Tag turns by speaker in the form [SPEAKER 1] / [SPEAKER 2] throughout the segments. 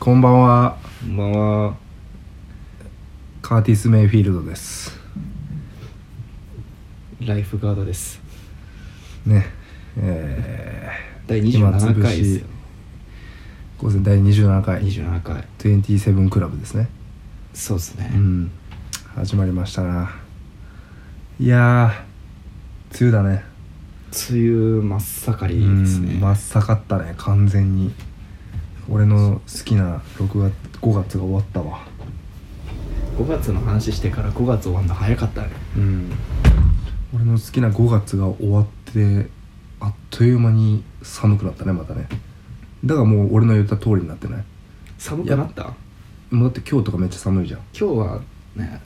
[SPEAKER 1] こんばんは
[SPEAKER 2] まあ
[SPEAKER 1] カーティス・メイフィールドです
[SPEAKER 2] ライフガードです
[SPEAKER 1] ねえ
[SPEAKER 2] 第
[SPEAKER 1] ー、今
[SPEAKER 2] 27回ですよ
[SPEAKER 1] 午前第27回
[SPEAKER 2] 27回
[SPEAKER 1] 27クラブですね
[SPEAKER 2] そうですね、
[SPEAKER 1] うん始まりましたないやー梅雨だね
[SPEAKER 2] 梅雨真っ盛りですね、
[SPEAKER 1] うん真っ盛ったね完全に俺の好きな6月5月が終わったわ
[SPEAKER 2] 5月の話してから5月終わるの早かったね
[SPEAKER 1] うん俺の好きな5月が終わってあっという間に寒くなったねまたねだからもう俺の言った通りになってない
[SPEAKER 2] 寒くなった今
[SPEAKER 1] もうだって今日とかめっちゃ寒いじゃん
[SPEAKER 2] 日はね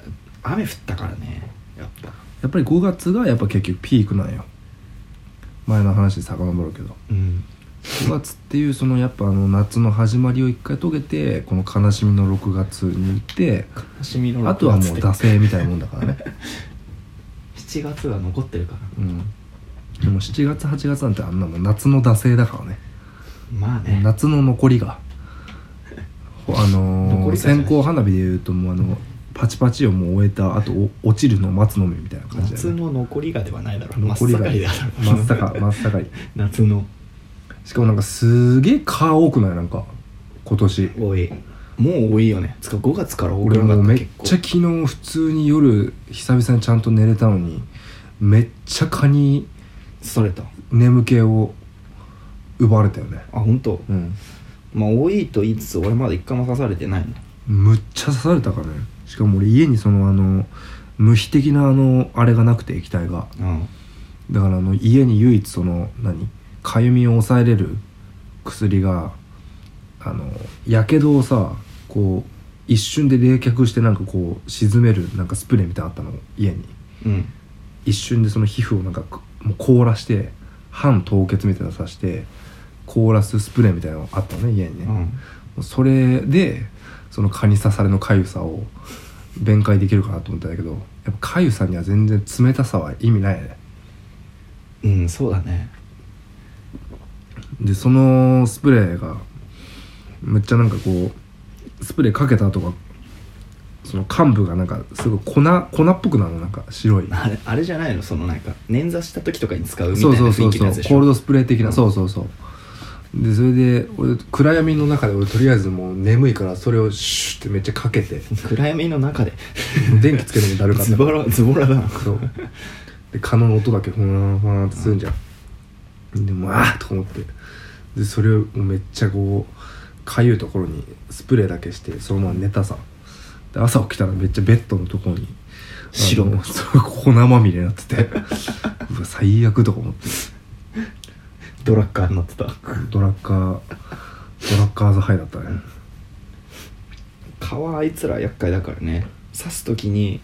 [SPEAKER 2] 雨降ったからねやっぱ
[SPEAKER 1] やっぱり5月がやっぱ結局ピークなんよ前の話で遡るけど
[SPEAKER 2] うん
[SPEAKER 1] 5月っていうそのやっぱあの夏の始まりを一回遂げてこの悲しみの6月に行って
[SPEAKER 2] 悲しみの
[SPEAKER 1] あとはもう惰性みたいなもんだからね、
[SPEAKER 2] 7月は残ってるから
[SPEAKER 1] うん、でも7月8月なんてあんなもう夏の惰性だからね
[SPEAKER 2] まあね
[SPEAKER 1] 夏の残りがほあの
[SPEAKER 2] 残り
[SPEAKER 1] ー、
[SPEAKER 2] かじゃない
[SPEAKER 1] 線香花火でいうともうあのパチパチをもう終えたあと落ちるのを待つのみみたいな感じだ
[SPEAKER 2] 夏
[SPEAKER 1] よね
[SPEAKER 2] の残りがではないだろう真っ
[SPEAKER 1] 残りが
[SPEAKER 2] 盛りだろう
[SPEAKER 1] 真っ盛り真っ盛り
[SPEAKER 2] 夏の
[SPEAKER 1] しかもなんかすげえ蚊多くないなんか今年
[SPEAKER 2] 多いもう多いよねつか5月から多く
[SPEAKER 1] 俺
[SPEAKER 2] なか
[SPEAKER 1] も
[SPEAKER 2] っ
[SPEAKER 1] う
[SPEAKER 2] た
[SPEAKER 1] めっ
[SPEAKER 2] 結構
[SPEAKER 1] ちゃ昨日普通に夜久々にちゃんと寝れたのにめっちゃ蚊に
[SPEAKER 2] それと
[SPEAKER 1] 眠気を奪われたよね
[SPEAKER 2] あ本当。
[SPEAKER 1] うん
[SPEAKER 2] まあ多いと言いつつ俺まだ一回も刺されてないの
[SPEAKER 1] むっちゃ刺されたからねしかも俺家にそのあの無比的なあのあれがなくて液体が
[SPEAKER 2] うん
[SPEAKER 1] だからあの家に唯一その何かゆみを抑えれる薬があのやけどをさこう一瞬で冷却してなんかこう沈めるなんかスプレーみたいなのあったの家に
[SPEAKER 2] うん
[SPEAKER 1] 一瞬でその皮膚をなんかくもう凍らして半凍結みたいなのさして凍らすスプレーみたいなのあったのね家にね、
[SPEAKER 2] うん
[SPEAKER 1] それでその蚊に刺されのかゆさを弁解できるかなと思ったんだけどやっぱかゆさには全然冷たさは意味ないね
[SPEAKER 2] うんそうだね
[SPEAKER 1] でそのスプレーがむっちゃなんかこうスプレーかけた後がその幹部がなんかすごい粉粉っぽくなるのなんか白い
[SPEAKER 2] あれあれじゃないのそのなんか捻挫した時とかに使うみたい
[SPEAKER 1] そう
[SPEAKER 2] な
[SPEAKER 1] そうそ
[SPEAKER 2] 雰囲
[SPEAKER 1] う
[SPEAKER 2] 気
[SPEAKER 1] そ
[SPEAKER 2] の
[SPEAKER 1] う
[SPEAKER 2] やつ
[SPEAKER 1] コ
[SPEAKER 2] でしょ
[SPEAKER 1] ールドスプレー的な、
[SPEAKER 2] うん
[SPEAKER 1] そうそうそうでそれで俺暗闇の中で俺とりあえずもう眠いからそれをシュッてめっちゃかけて
[SPEAKER 2] 暗闇の中で
[SPEAKER 1] 電気つけるのもだるかった
[SPEAKER 2] ズボラズボラだな
[SPEAKER 1] そうで蚊の音だけふわんふわんってするんじゃん、でもあーと思ってでそれをめっちゃこうかゆいところにスプレーだけしてそのまま寝たさで朝起きたらめっちゃベッドのところに
[SPEAKER 2] 白
[SPEAKER 1] あのそう粉まみれになっててうわ最悪とか思って
[SPEAKER 2] ドラッカーになってた
[SPEAKER 1] ドラッカードラッカーズハイだったね
[SPEAKER 2] 蚊はあいつら厄介だからね刺す時に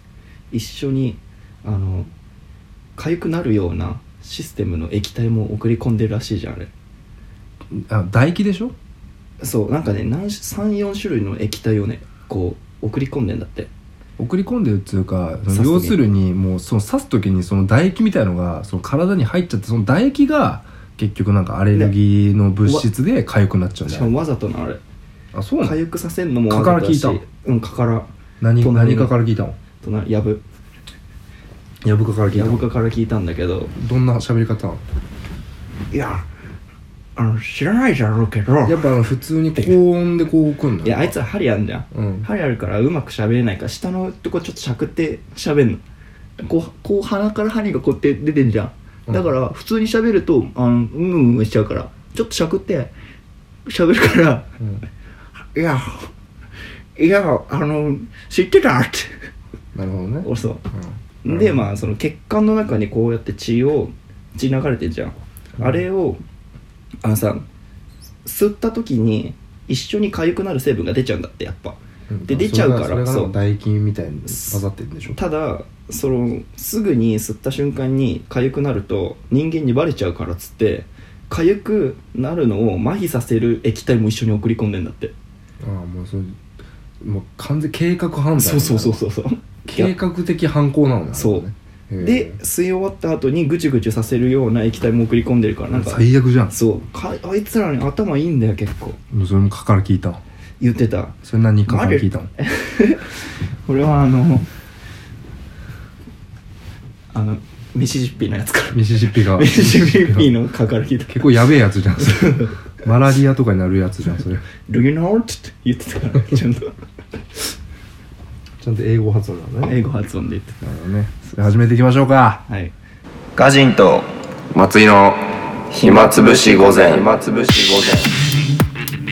[SPEAKER 2] 一緒にあの痒くなるようなシステムの液体も送り込んでるらしいじゃんあれ
[SPEAKER 1] あ唾液でしょ
[SPEAKER 2] そうなんかね34種類の液体をねこう送り込んでんだって
[SPEAKER 1] 送り込んでるっつうか
[SPEAKER 2] 刺す時
[SPEAKER 1] 要するにもうその刺す時にその唾液みたいのがその体に入っちゃってその唾液が結局なんかアレルギーの物質で痒くなっちゃうん
[SPEAKER 2] し
[SPEAKER 1] だ
[SPEAKER 2] か
[SPEAKER 1] よ
[SPEAKER 2] もわざとなあれ
[SPEAKER 1] あそうなの
[SPEAKER 2] 痒くさせんのも
[SPEAKER 1] 蚊
[SPEAKER 2] わ
[SPEAKER 1] から
[SPEAKER 2] ざとだし
[SPEAKER 1] 聞い
[SPEAKER 2] うん蚊から
[SPEAKER 1] 何
[SPEAKER 2] 隣
[SPEAKER 1] 何
[SPEAKER 2] の
[SPEAKER 1] かから聞いたの
[SPEAKER 2] 隣やぶ
[SPEAKER 1] ヤブカから聞い
[SPEAKER 2] や
[SPEAKER 1] た
[SPEAKER 2] ぶ
[SPEAKER 1] の
[SPEAKER 2] 蚊から聞いたんだけど
[SPEAKER 1] どんな喋り方なの
[SPEAKER 2] いやあの知らないじゃろうけど
[SPEAKER 1] やっぱあの 普通に高音でこう来んの
[SPEAKER 2] いやあいつら針あんじゃん
[SPEAKER 1] うん
[SPEAKER 2] 針あるからうまく喋れないから下のとこちょっとしゃくって喋んのこうこう鼻から針がこうやって出てんじゃ
[SPEAKER 1] う
[SPEAKER 2] ん
[SPEAKER 1] ん
[SPEAKER 2] だから普通に喋るとあのうんうんうんしちゃうからちょっとしゃくって喋るから
[SPEAKER 1] うん
[SPEAKER 2] 「いやいやあの知ってた」って
[SPEAKER 1] なるほどね
[SPEAKER 2] 俺そう
[SPEAKER 1] うん
[SPEAKER 2] でまあその血管の中にこうやって血を血流れてるじゃんあれをあのさ吸った時に一緒に痒くなる成分が出ちゃうんだってやっぱ
[SPEAKER 1] うん
[SPEAKER 2] で出ちゃうから
[SPEAKER 1] それがそれが
[SPEAKER 2] そう
[SPEAKER 1] なんか唾液みたいに混ざってるんでしょ
[SPEAKER 2] ただそのすぐに吸った瞬間に痒くなると人間にバレちゃうからっつって痒くなるのを麻痺させる液体も一緒に送り込んでんだって
[SPEAKER 1] ああもうそれもう完全計画犯罪
[SPEAKER 2] そうそうそうそうそう
[SPEAKER 1] 計画的犯行なのね
[SPEAKER 2] そう
[SPEAKER 1] へえ
[SPEAKER 2] で吸い終わった後にぐちゅぐちゅさせるような液体も送り込んでるからなんか
[SPEAKER 1] 最悪じゃん
[SPEAKER 2] そうかあいつらに頭いいんだよ結構
[SPEAKER 1] もうそれも蚊から聞いた
[SPEAKER 2] 言ってた
[SPEAKER 1] それ何日間から聞いたの
[SPEAKER 2] これはあのあのミシシッピのやつから
[SPEAKER 1] ミシシッピが
[SPEAKER 2] ミシシッピの蚊から聞いた
[SPEAKER 1] 結構やべえやつじゃ んそれマラリアとかになるやつじゃんそれ
[SPEAKER 2] 「Do you know?」って言ってたから ちゃんと
[SPEAKER 1] ちゃんと英語発音なのね
[SPEAKER 2] 英語発音で言って
[SPEAKER 1] なるほどねじゃあ始めていきましょうか
[SPEAKER 2] たはい
[SPEAKER 3] ガジンと
[SPEAKER 4] 松井の暇つぶし午前
[SPEAKER 3] 暇つぶし午前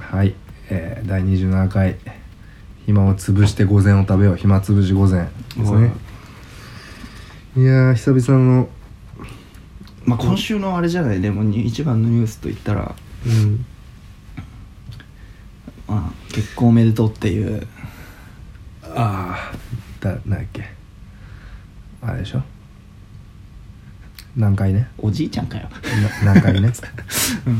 [SPEAKER 1] はい、えー、第27回「暇を潰して午前を食べよう暇つぶし午前」ですねいやー久々の、
[SPEAKER 2] まあ今週のあれじゃないでもに一番のニュースと言ったら、
[SPEAKER 1] うん、
[SPEAKER 2] まあ、結婚おめでとうっていう
[SPEAKER 1] ああだなんだっけあれでしょ何回ね
[SPEAKER 2] おじいちゃんかよ
[SPEAKER 1] な 何回ね
[SPEAKER 2] う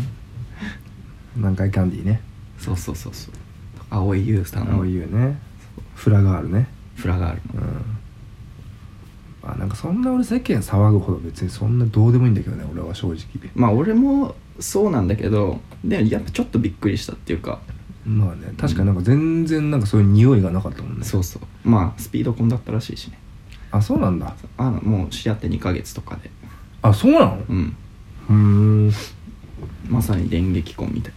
[SPEAKER 2] ん
[SPEAKER 1] 何回キャンディーね
[SPEAKER 2] そうそうそうそう蒼井優さん
[SPEAKER 1] 青
[SPEAKER 2] の
[SPEAKER 1] い優ねフラガールね
[SPEAKER 2] フラガールの
[SPEAKER 1] うんまあなんかそんな俺世間騒ぐほど別にそんなどうでもいいんだけどね俺は正直
[SPEAKER 2] まあ俺もそうなんだけどでもやっぱちょっとびっくりしたっていうか
[SPEAKER 1] まあね確かになんか全然なんかそういう匂いがなかったもんね
[SPEAKER 2] そうそうまあスピード婚だったらしいしね
[SPEAKER 1] あそうなんだ
[SPEAKER 2] あのもう知り合って2ヶ月とかで
[SPEAKER 1] あそうなの
[SPEAKER 2] うん
[SPEAKER 1] うん
[SPEAKER 2] まさに電撃婚みたい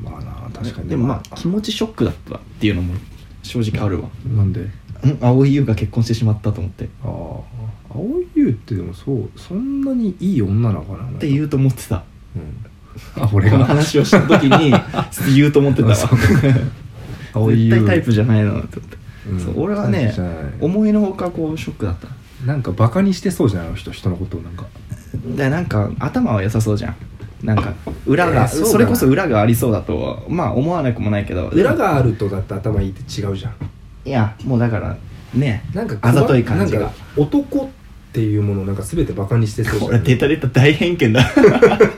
[SPEAKER 1] まあな
[SPEAKER 2] な
[SPEAKER 1] 確かに
[SPEAKER 2] でもまあ気持ちショックだったっていうのも正直あるわ
[SPEAKER 1] なんで
[SPEAKER 2] うん蒼井優が結婚してしまったと思ってっ
[SPEAKER 1] ああ青い優ってでもそうそんなにいい女なのかなって
[SPEAKER 2] 言うと思ってた
[SPEAKER 1] うん、あ俺
[SPEAKER 2] この
[SPEAKER 1] が
[SPEAKER 2] 話をした時に 言うと思ってた
[SPEAKER 1] あ
[SPEAKER 2] わ
[SPEAKER 1] そう
[SPEAKER 2] 絶対タイプじゃないなって思って、
[SPEAKER 1] うん
[SPEAKER 2] そう俺は
[SPEAKER 1] タイ
[SPEAKER 2] ね
[SPEAKER 1] プじゃない
[SPEAKER 2] 思いのほかこうショックだった
[SPEAKER 1] なんかバカにしてそうじゃないあの人人のことをなんか
[SPEAKER 2] でなんか頭は良さそうじゃんなんか裏が、
[SPEAKER 1] えーそうだ
[SPEAKER 2] それこそ裏がありそうだとはまあ思わなくもないけど
[SPEAKER 1] 裏があるとだって頭いいって違うじゃん
[SPEAKER 2] いやもうだからね
[SPEAKER 1] なんか
[SPEAKER 2] あざとい感じ
[SPEAKER 1] な
[SPEAKER 2] が
[SPEAKER 1] んか男っていうものをなんか全てバカにしてそうじゃ
[SPEAKER 2] こ
[SPEAKER 1] ん
[SPEAKER 2] れ出た出た大偏見だ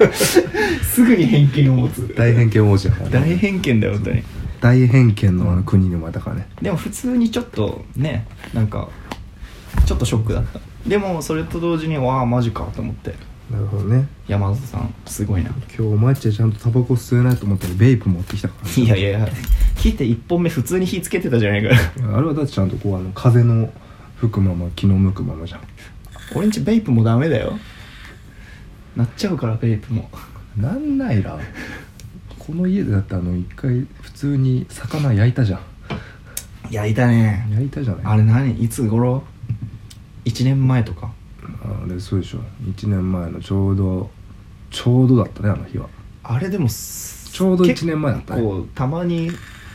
[SPEAKER 2] すぐに偏見を持つ
[SPEAKER 1] 大偏見王子やからね
[SPEAKER 2] 大偏見だよ本当に
[SPEAKER 1] 大偏見のあの国にまたからね
[SPEAKER 2] でも普通にちょっとねなんかちょっとショックだったでもそれと同時にわあマジかと思って
[SPEAKER 1] なるほどね
[SPEAKER 2] 山里さんすごいな
[SPEAKER 1] 今日お前っちはちゃんとタバコ吸えないと思ったらベイプ持ってきたからね、
[SPEAKER 2] いやいやいや火って1本目普通に火つけてたじゃないかよ
[SPEAKER 1] あれはだってちゃんとこうあの風の吹くまま気の向くままじゃん
[SPEAKER 2] 俺んちベイプもダメだよなっちゃうからベイプも
[SPEAKER 1] なんないらこの家でだってあの一回普通に魚焼いたじゃ
[SPEAKER 2] 焼いたね
[SPEAKER 1] ん焼いたじゃない
[SPEAKER 2] あれ何いつ頃1年前とか
[SPEAKER 1] あれそうでしょ1年前のちょうどちょうどだったねあの日は
[SPEAKER 2] あれでもち
[SPEAKER 1] ちょうど1年前だったね
[SPEAKER 2] 結構たまに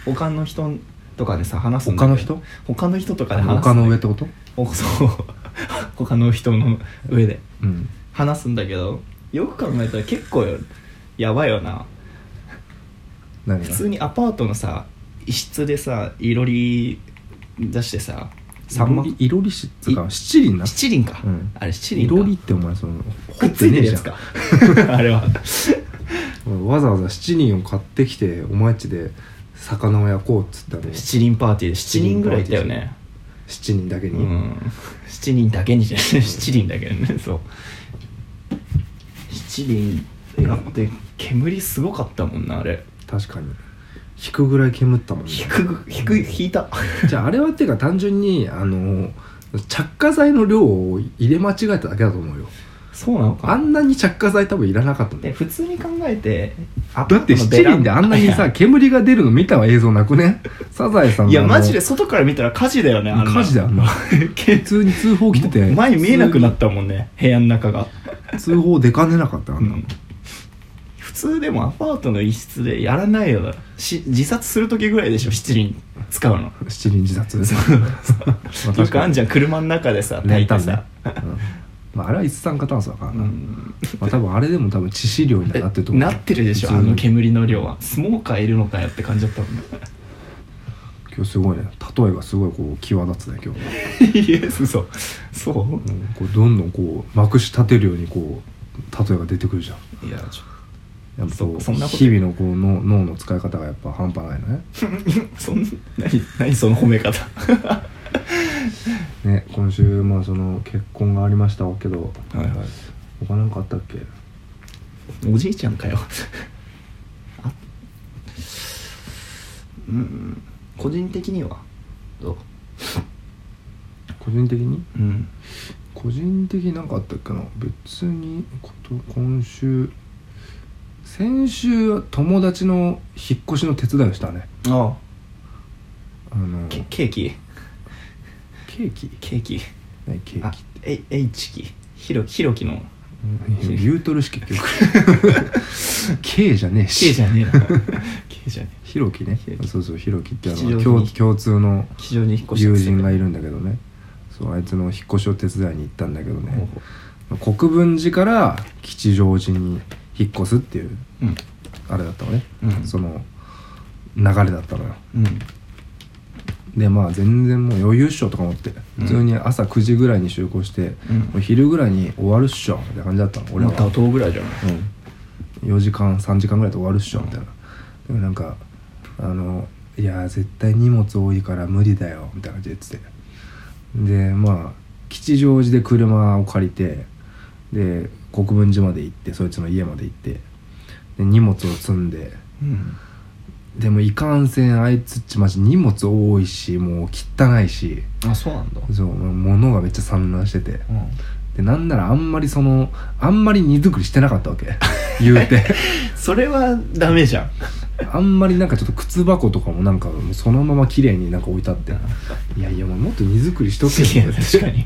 [SPEAKER 2] 他の人とかでさ話すんだ
[SPEAKER 1] 他
[SPEAKER 2] けど
[SPEAKER 1] の人
[SPEAKER 2] 他の人とかで話す
[SPEAKER 1] 丘の上っ
[SPEAKER 2] と
[SPEAKER 1] てこと
[SPEAKER 2] そう 他の人の上で
[SPEAKER 1] うん
[SPEAKER 2] 話すんだけどよく考えたら結構よやばいよな
[SPEAKER 1] 何
[SPEAKER 2] 普
[SPEAKER 1] が
[SPEAKER 2] 通にアパートのさ一室でさいろり出してさ三万
[SPEAKER 1] いろりしっつうか七輪な
[SPEAKER 2] 七輪か、
[SPEAKER 1] うん
[SPEAKER 2] あれ七
[SPEAKER 1] い
[SPEAKER 2] 輪か
[SPEAKER 1] ろりってお前その
[SPEAKER 2] くっついてるやつか あれは
[SPEAKER 1] わざわざ七輪を買ってきてお前っちで魚を焼こうっつったの
[SPEAKER 2] 七輪パーティーで七人ぐらいいたよね
[SPEAKER 1] 七人だけ
[SPEAKER 2] う
[SPEAKER 1] に、
[SPEAKER 2] ん七人だけにじゃない 七輪だけねそう七輪だって煙すごかったもんなあれ
[SPEAKER 1] 確かに引くぐらい煙ったもんね
[SPEAKER 2] 引く引く引いた
[SPEAKER 1] じゃああれはっていうか単純にあの着火剤の量を入れ間違えただけだと思うよ
[SPEAKER 2] そうなのか
[SPEAKER 1] あんなに着火剤多分いらなかったんだ
[SPEAKER 2] で
[SPEAKER 1] よ
[SPEAKER 2] 普通に考えて
[SPEAKER 1] だって七輪であんなにさ煙が出るの見たわ映像なくねサザエさん の
[SPEAKER 2] いや
[SPEAKER 1] あの
[SPEAKER 2] マジで外から見たら火事だよねあんな
[SPEAKER 1] 火事だよあんな普通に通報来てて
[SPEAKER 2] 前見えなくなったもんね部屋の中が、
[SPEAKER 1] 普通に通報出かねなかったあんな、
[SPEAKER 2] 普通でもアパートの一室でやらないよし自殺する時ぐらいでしょ七輪使 うの
[SPEAKER 1] 七輪自殺まあ
[SPEAKER 2] よくあんじゃん車の中でさ炊いて
[SPEAKER 1] ね
[SPEAKER 2] さ、
[SPEAKER 1] うんまあ、あれは一酸化炭素だから
[SPEAKER 2] う
[SPEAKER 1] な、
[SPEAKER 2] ん
[SPEAKER 1] まあ、多分あれでも多分致死量になってると思う
[SPEAKER 2] なってるでしょあの煙の量はスモーカーいるのかよって感じだったもんね
[SPEAKER 1] 今日すごいね例えがすごいこう際立つね今日、
[SPEAKER 2] いや嘘そ
[SPEAKER 1] うんこうどんどんこうまくし立てるようにこう例えが出てくるじゃん
[SPEAKER 2] ういやちょ
[SPEAKER 1] やっぱこう
[SPEAKER 2] そそんなこと
[SPEAKER 1] 日々のこう脳脳の使い方がやっぱ半端ないのね
[SPEAKER 2] そん何何その褒め方は
[SPEAKER 1] ね今週まあその結婚がありましたけど
[SPEAKER 2] いはい
[SPEAKER 1] 他なんかあったっけ
[SPEAKER 2] おじいちゃんかよあうん個人的にはどう
[SPEAKER 1] 個人的に
[SPEAKER 2] うん
[SPEAKER 1] 個人的になんかあったっけな別にこと今週先週は友達の引っ越しの手伝いをしたね
[SPEAKER 2] あ
[SPEAKER 1] あの
[SPEAKER 2] ケ
[SPEAKER 1] ケ
[SPEAKER 2] ケーキ
[SPEAKER 1] ーキ
[SPEAKER 2] ケーキ
[SPEAKER 1] 何ケー
[SPEAKER 2] あ
[SPEAKER 1] キって
[SPEAKER 2] ええいちきひろひろき の
[SPEAKER 1] うんビュートル式結 局 K じゃねえし
[SPEAKER 2] けじゃねえなけじゃねえ
[SPEAKER 1] ひろきね
[SPEAKER 2] ひろき
[SPEAKER 1] そうそうひろきってあ
[SPEAKER 2] 吉祥
[SPEAKER 1] の
[SPEAKER 2] 寺
[SPEAKER 1] 共
[SPEAKER 2] に
[SPEAKER 1] 共通の
[SPEAKER 2] 非常に引っ越して
[SPEAKER 1] 友人がい
[SPEAKER 2] る
[SPEAKER 1] るんだけどねそうあいつの引っ越しを手伝いに行ったんだけどね国分寺から吉祥寺に引っ越すっていう
[SPEAKER 2] うん
[SPEAKER 1] あれだったのね、
[SPEAKER 2] うん
[SPEAKER 1] その流れだったのよ
[SPEAKER 2] うん
[SPEAKER 1] でまあ全然もう余裕っしょとか思って
[SPEAKER 2] うん
[SPEAKER 1] 普通に朝9時ぐらいに集合して、
[SPEAKER 2] うん
[SPEAKER 1] もう昼ぐらいに終わるっしょみたいな感じだったの
[SPEAKER 2] 俺
[SPEAKER 1] 俺は
[SPEAKER 2] は妥当ぐらいじゃない
[SPEAKER 1] うん、4時間3時間ぐらいで終わるっしょみたいな、でもなんかあの「いやー絶対荷物多いから無理だよ」みたいな感じで言っててでまあ吉祥寺で車を借りてで国分寺まで行ってそいつの家まで行ってで荷物を積んで
[SPEAKER 2] うん
[SPEAKER 1] でもいかんせんあいつっちマジ荷物多いしもう汚いし
[SPEAKER 2] あそうなんだ
[SPEAKER 1] そう物がめっちゃ散乱してて
[SPEAKER 2] うん
[SPEAKER 1] でなんならあんまりそのあんまり荷造りしてなかったわけ 言うて。
[SPEAKER 2] それはダメじゃん
[SPEAKER 1] あんまりなんかちょっと靴箱とかもなんかもうそのまま綺麗になんか置いてあっていやいやもうもっと荷造りしとけ
[SPEAKER 2] いや
[SPEAKER 1] よ
[SPEAKER 2] 確かに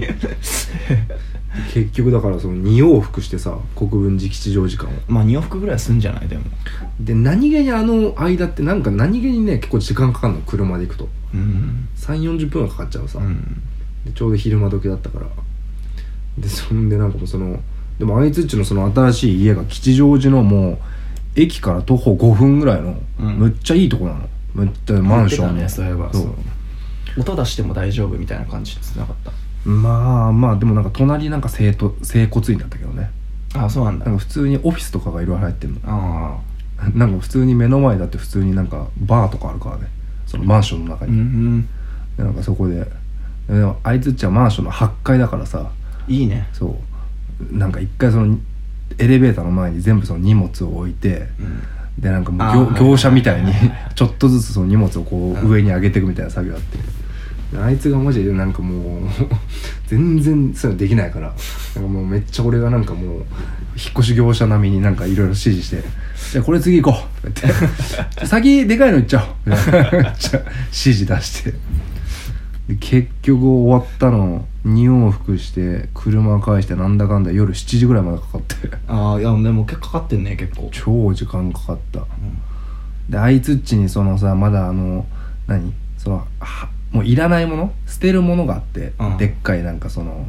[SPEAKER 1] 結局だからその2往復してさ国分寺吉祥寺間を
[SPEAKER 2] まあ2往復ぐらいはすんじゃないでも
[SPEAKER 1] で何気にあの間ってなんか何気にね結構時間かかるの車で行くと
[SPEAKER 2] うん
[SPEAKER 1] 3 4 0分はかかっちゃうさ、
[SPEAKER 2] うん
[SPEAKER 1] でちょうど昼間時だったからでそんでなんかもうそのでもあいつっちのその新しい家が吉祥寺のもう駅から徒歩5分ぐらいの、
[SPEAKER 2] うん
[SPEAKER 1] むっちゃいいとこなのむっちゃマンションの
[SPEAKER 2] 言ってたねそういえば
[SPEAKER 1] そう
[SPEAKER 2] そう音出しても大丈夫みたいな感じってなかっ
[SPEAKER 1] まあまあでもなんか隣なんか整と整骨院だったけどね
[SPEAKER 2] たあそうなんだ
[SPEAKER 1] なんか普通にオフィスとかがいろいろ入ってるの
[SPEAKER 2] あ
[SPEAKER 1] なんか普通に目の前だって普通になんかバーとかあるからねそのマンションの中
[SPEAKER 2] あ
[SPEAKER 1] に、
[SPEAKER 2] ん
[SPEAKER 1] でなんかそこででもあいつっちはマンションの8階だからさ
[SPEAKER 2] いいね
[SPEAKER 1] そうなんか一回そのエレベーターの前に全部その荷物を置いて
[SPEAKER 2] うん
[SPEAKER 1] でなんかも
[SPEAKER 2] あ
[SPEAKER 1] う
[SPEAKER 2] ー
[SPEAKER 1] 業業者みたいに
[SPEAKER 2] は いはいはいは
[SPEAKER 1] ちょっとずつその荷物をこう上に上げていくみたいな作業あってであいつがマジでなんかもう 全然そういうのできないからなんかもうめっちゃ俺がなんかもう引っ越し業者並みになんかいろいろ指示して「じゃあこれ次行こう」 とか言って先でかいの行っちゃおう」 みたいなめっちゃ指示出してで結局終わったの2往復して車返してなんだかんだ夜7時ぐらいまでかかって
[SPEAKER 2] ああいやでも結構かかってんね結構
[SPEAKER 1] 超時間かかった。
[SPEAKER 2] うん
[SPEAKER 1] であいつっちにそのさまだあの何そのはもういらないもの捨てるものがあって、
[SPEAKER 2] うん
[SPEAKER 1] でっかいなんかその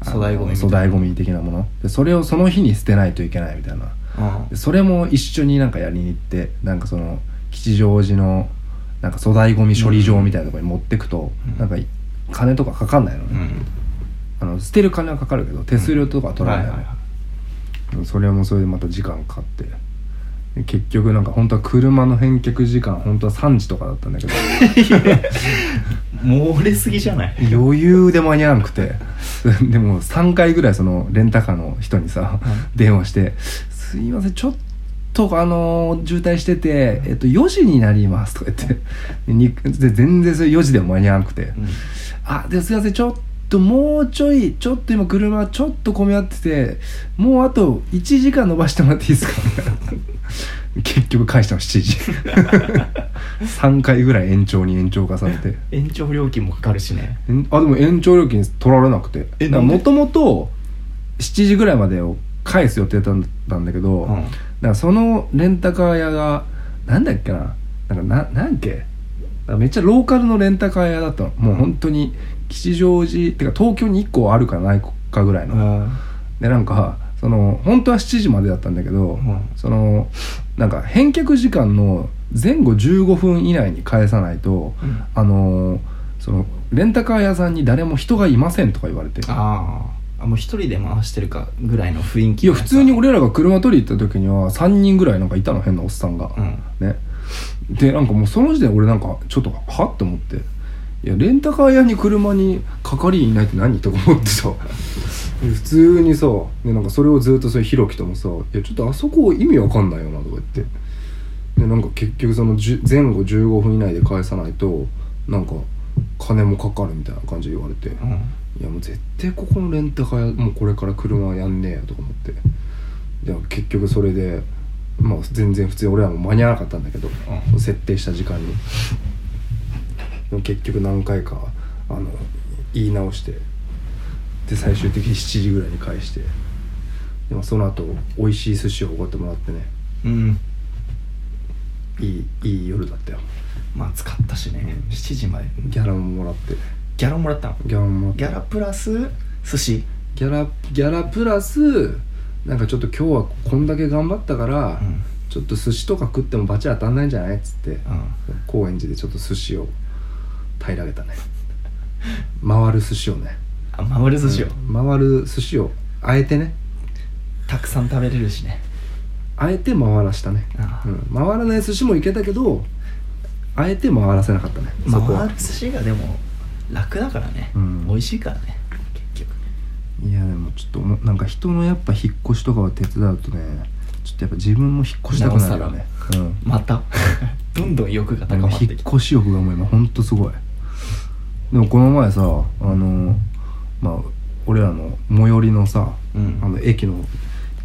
[SPEAKER 1] あの
[SPEAKER 2] 粗大ゴミみたいな
[SPEAKER 1] 粗大ゴミ的なものでそれをその日に捨てないといけないみたいな
[SPEAKER 2] あ
[SPEAKER 1] でそれも一緒になんかやりに行ってなんかその吉祥寺のなんか粗大ゴミ処理場みたいなところに持ってくと、
[SPEAKER 2] うん
[SPEAKER 1] なんかい金とかかかんないの
[SPEAKER 2] う
[SPEAKER 1] ね、
[SPEAKER 2] ん
[SPEAKER 1] あの捨てる金はかかるけど手数料とかは取られない、
[SPEAKER 2] はいはいはい
[SPEAKER 1] それもそれでまた時間かかってで結局なんか本当は車の返却時間本当は3時とかだったんだけど
[SPEAKER 2] 漏れすぎじゃない
[SPEAKER 1] 余裕で間に合わなくてでも3回ぐらいそのレンタカーの人にさ、
[SPEAKER 2] う
[SPEAKER 1] 電話して「すいませんちょっとあのー渋滞してて、えっと、4時になります」とか言ってでにで全然それ4時でも間に合わなくて。あですいませんちょっともうちょいちょっと今車ちょっと混み合っててもうあと1時間伸ばしてもらっていいですか 結局返したの7時 3回ぐらい延長に延長重ねて
[SPEAKER 2] 延長料金もかかるしね
[SPEAKER 1] えんあでも延長料金取られなくて
[SPEAKER 2] えなんで
[SPEAKER 1] もともと7時ぐらいまでを返す予定だったんだけど、だからそのレンタカー屋がなんだっけななんかななんけだからめっちゃローカルのレンタカー屋だったのもう本当に吉祥寺ってか東京に1個あるかないかぐらいの、でなんかその本当は7時までだったんだけど、
[SPEAKER 2] うん
[SPEAKER 1] そのなんか返却時間の前後15分以内に返さないと、
[SPEAKER 2] うん
[SPEAKER 1] あのーそのレンタカー屋さんに誰も人がいませんとか言われて
[SPEAKER 2] ああもう一人で回してるかぐらいの雰囲気
[SPEAKER 1] いや普通に
[SPEAKER 2] 俺
[SPEAKER 1] 俺らが車取り行った時には3人ぐらいなんかいたの変なおっさんが、
[SPEAKER 2] うん
[SPEAKER 1] ねでなんかもうその時点で俺なんかちょっとはって思っていやレンタカー屋に車に係員いないって何とか思ってさで普通にさでなんかそれをずっとそれひろきともさ「いやちょっとあそこ意味わかんないよな」とか言ってでなんか結局その10前後15分以内で返さないとなんか金もかかるみたいな感じで言われて、
[SPEAKER 2] うん
[SPEAKER 1] いやもう絶対ここのレンタカー屋もうこれから車はやんねえやとか思ってで結局それでまあ全然普通に俺らも間に合わなかったんだけど、
[SPEAKER 2] うん
[SPEAKER 1] 設定した時間にでも結局何回かあの言い直してで最終的に7時ぐらいに返してでもその後美味しい寿司をおごってもらってね
[SPEAKER 2] うん
[SPEAKER 1] いいいい夜だったよ
[SPEAKER 2] まあ使ったしね7時まで
[SPEAKER 1] ギャラももらって
[SPEAKER 2] ギャラもらったの
[SPEAKER 1] ギャラももらって
[SPEAKER 2] ギャラプラス寿司
[SPEAKER 1] ギャラギャラプラスなんかちょっと今日はこんだけ頑張ったから、
[SPEAKER 2] うん
[SPEAKER 1] ちょっと寿司とか食ってもバチ当たんないんじゃないっつって、
[SPEAKER 2] うん
[SPEAKER 1] 高円寺でちょっと寿司を平らげたね回る寿司をね
[SPEAKER 2] あ回る寿司を、
[SPEAKER 1] うん回る寿司をあえてね
[SPEAKER 2] たくさん食べれるしね
[SPEAKER 1] あえて回らしたね、
[SPEAKER 2] ああ
[SPEAKER 1] うん、回らない寿司もいけたけどあえて回らせなかったねそこは
[SPEAKER 2] 回る寿司がでも楽だからね、
[SPEAKER 1] うん
[SPEAKER 2] 美味しいからね結局
[SPEAKER 1] いやでもちょっとおもなんか人のやっぱ引っ越しとかを手伝うとねちょっとやっぱ自分も引っ越したくなるよねうん
[SPEAKER 2] ま たどんどん欲が高まって
[SPEAKER 1] 引っ
[SPEAKER 2] きて
[SPEAKER 1] 越し欲がもう今ほんとすごいでもこの前さあのまあ俺らの最寄りのさ、
[SPEAKER 2] うん
[SPEAKER 1] あの駅の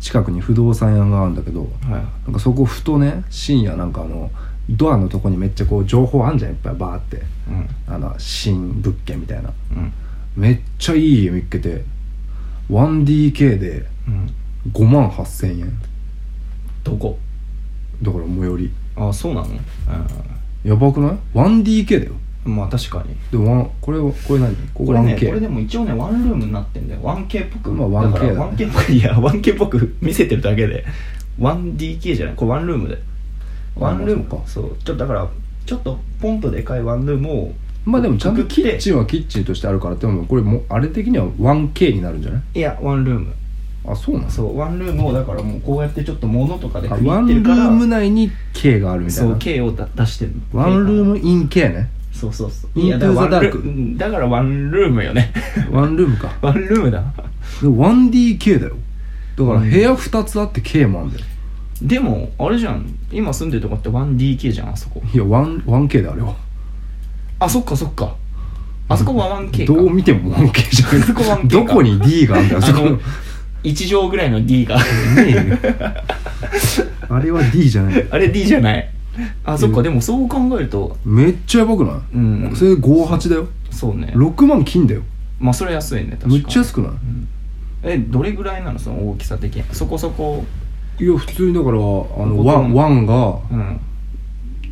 [SPEAKER 1] 近くに不動産屋があるんだけど
[SPEAKER 2] はい
[SPEAKER 1] なんかそこふとね深夜なんかあのドアのとこにめっちゃこう情報あんじゃんいっぱいバーって
[SPEAKER 2] うん
[SPEAKER 1] あの新物件みたいな
[SPEAKER 2] うん
[SPEAKER 1] めっちゃいい家見っけて 1DK で
[SPEAKER 2] うん
[SPEAKER 1] 5万8000円
[SPEAKER 2] どこ
[SPEAKER 1] だから最寄り
[SPEAKER 2] あそうなの
[SPEAKER 1] やばくない ?1DK だよ
[SPEAKER 2] うんまあ確かに
[SPEAKER 1] でもワンこれはこれ何こ
[SPEAKER 2] これね
[SPEAKER 1] 1K
[SPEAKER 2] これでも一応ねワンルームになってんだよ 1K っぽく、
[SPEAKER 1] まあ 1K
[SPEAKER 2] だから
[SPEAKER 1] だね
[SPEAKER 2] 1K っぽくいや 1K っぽく 見せてるだけで 1DK じゃないこれワンルームでワンルーム
[SPEAKER 1] まあまあ
[SPEAKER 2] そうちょっとだからちょっとポンとでかいワンルームを
[SPEAKER 1] まあでもちゃんと
[SPEAKER 2] くくっ
[SPEAKER 1] キ
[SPEAKER 2] て
[SPEAKER 1] ッチンはキッチンとしてあるからでもこれもうあれ的には 1K になるんじゃない
[SPEAKER 2] いやワンルーム
[SPEAKER 1] あそうなん
[SPEAKER 2] そうワンルームをだからもうこうやってちょっと物とかで
[SPEAKER 1] あ
[SPEAKER 2] 区
[SPEAKER 1] ワ
[SPEAKER 2] 切
[SPEAKER 1] ン
[SPEAKER 2] って
[SPEAKER 1] ル
[SPEAKER 2] るから
[SPEAKER 1] ーム内に K があるみたい
[SPEAKER 2] そう
[SPEAKER 1] な
[SPEAKER 2] K をだ出してる
[SPEAKER 1] ワンルームイン K ね
[SPEAKER 2] そうそうそう
[SPEAKER 1] イントゥーザダーク
[SPEAKER 2] いやだからワンルームだからワンルームよ ね
[SPEAKER 1] ワンルームか
[SPEAKER 2] ワンルームだ
[SPEAKER 1] で 1DK だよだから部屋2つあって K もあんだよ
[SPEAKER 2] でもあれじゃん今住んでるとこって 1DK じゃんあそこ
[SPEAKER 1] いや 1- 1K だよあれは
[SPEAKER 2] あそっかそっかあそこは 1K か
[SPEAKER 1] どう見ても 1K じゃん
[SPEAKER 2] そこ 1K か
[SPEAKER 1] どこに D があんだよ
[SPEAKER 2] あ
[SPEAKER 1] そこ
[SPEAKER 2] の1畳ぐらいの D が
[SPEAKER 1] ねえよあれは D じゃない
[SPEAKER 2] あれ D じゃないあそっかでもそう考えると
[SPEAKER 1] めっちゃやばくない、
[SPEAKER 2] うん
[SPEAKER 1] それで58だよ
[SPEAKER 2] そうね
[SPEAKER 1] 6万金だよ
[SPEAKER 2] まあそれ安いね確かに
[SPEAKER 1] めっちゃ安くない
[SPEAKER 2] えどれぐらいなのその大きさ的にそこそこ
[SPEAKER 1] いや普通にだからあの
[SPEAKER 2] こと
[SPEAKER 1] ワンワンが
[SPEAKER 2] うん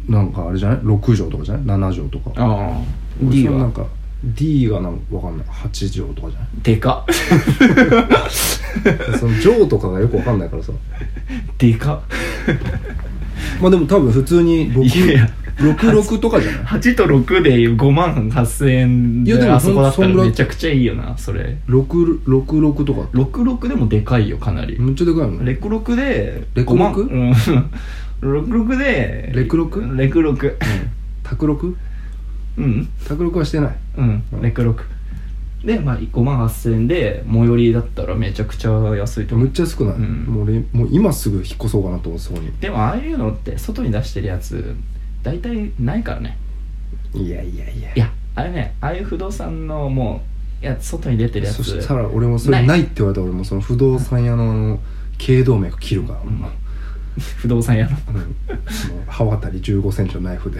[SPEAKER 1] なんかあれじゃない6畳とかじゃない7畳とか
[SPEAKER 2] ああ
[SPEAKER 1] 俺
[SPEAKER 2] D
[SPEAKER 1] そのな
[SPEAKER 2] は
[SPEAKER 1] んか D がなんかわかんない8畳とかじゃな
[SPEAKER 2] でかっ
[SPEAKER 1] い その畳とかがよくわかんないからさ
[SPEAKER 2] でかっ
[SPEAKER 1] まあでも多分普通に
[SPEAKER 2] いやいや
[SPEAKER 1] 66とかじゃない
[SPEAKER 2] 8と6でいう5万8000円
[SPEAKER 1] いやで
[SPEAKER 2] で
[SPEAKER 1] も
[SPEAKER 2] あそこだった
[SPEAKER 1] そ
[SPEAKER 2] ら
[SPEAKER 1] んぐらい
[SPEAKER 2] めちゃくちゃいいよなそれ
[SPEAKER 1] 666とか
[SPEAKER 2] 66でもでかいよかなり
[SPEAKER 1] めっちゃでかいもん
[SPEAKER 2] レクロクで
[SPEAKER 1] レコ
[SPEAKER 2] 5万
[SPEAKER 1] 六
[SPEAKER 2] うん66で
[SPEAKER 1] レクロク
[SPEAKER 2] レクロク
[SPEAKER 1] 卓六
[SPEAKER 2] うん
[SPEAKER 1] 卓六はしてない
[SPEAKER 2] うんレクロクで、まあ、5万8000円で最寄りだったらめちゃくちゃ安いと思
[SPEAKER 1] めっ
[SPEAKER 2] う
[SPEAKER 1] ちゃ少ない、
[SPEAKER 2] うん
[SPEAKER 1] もう俺もう今すぐ引っ越そうかなと思ってそこに
[SPEAKER 2] でもああいうのって外に出してるやつ大体ないからね
[SPEAKER 1] いやいやいや
[SPEAKER 2] いやあれねああいう不動産のもういや外に出てるやつ
[SPEAKER 1] そしたら俺もそれ
[SPEAKER 2] ない
[SPEAKER 1] ないって言われたら俺もその不動産屋のあの頸動脈切るから、
[SPEAKER 2] ん不動産屋の
[SPEAKER 1] うん、もう刃渡り1 5ンチのナイフで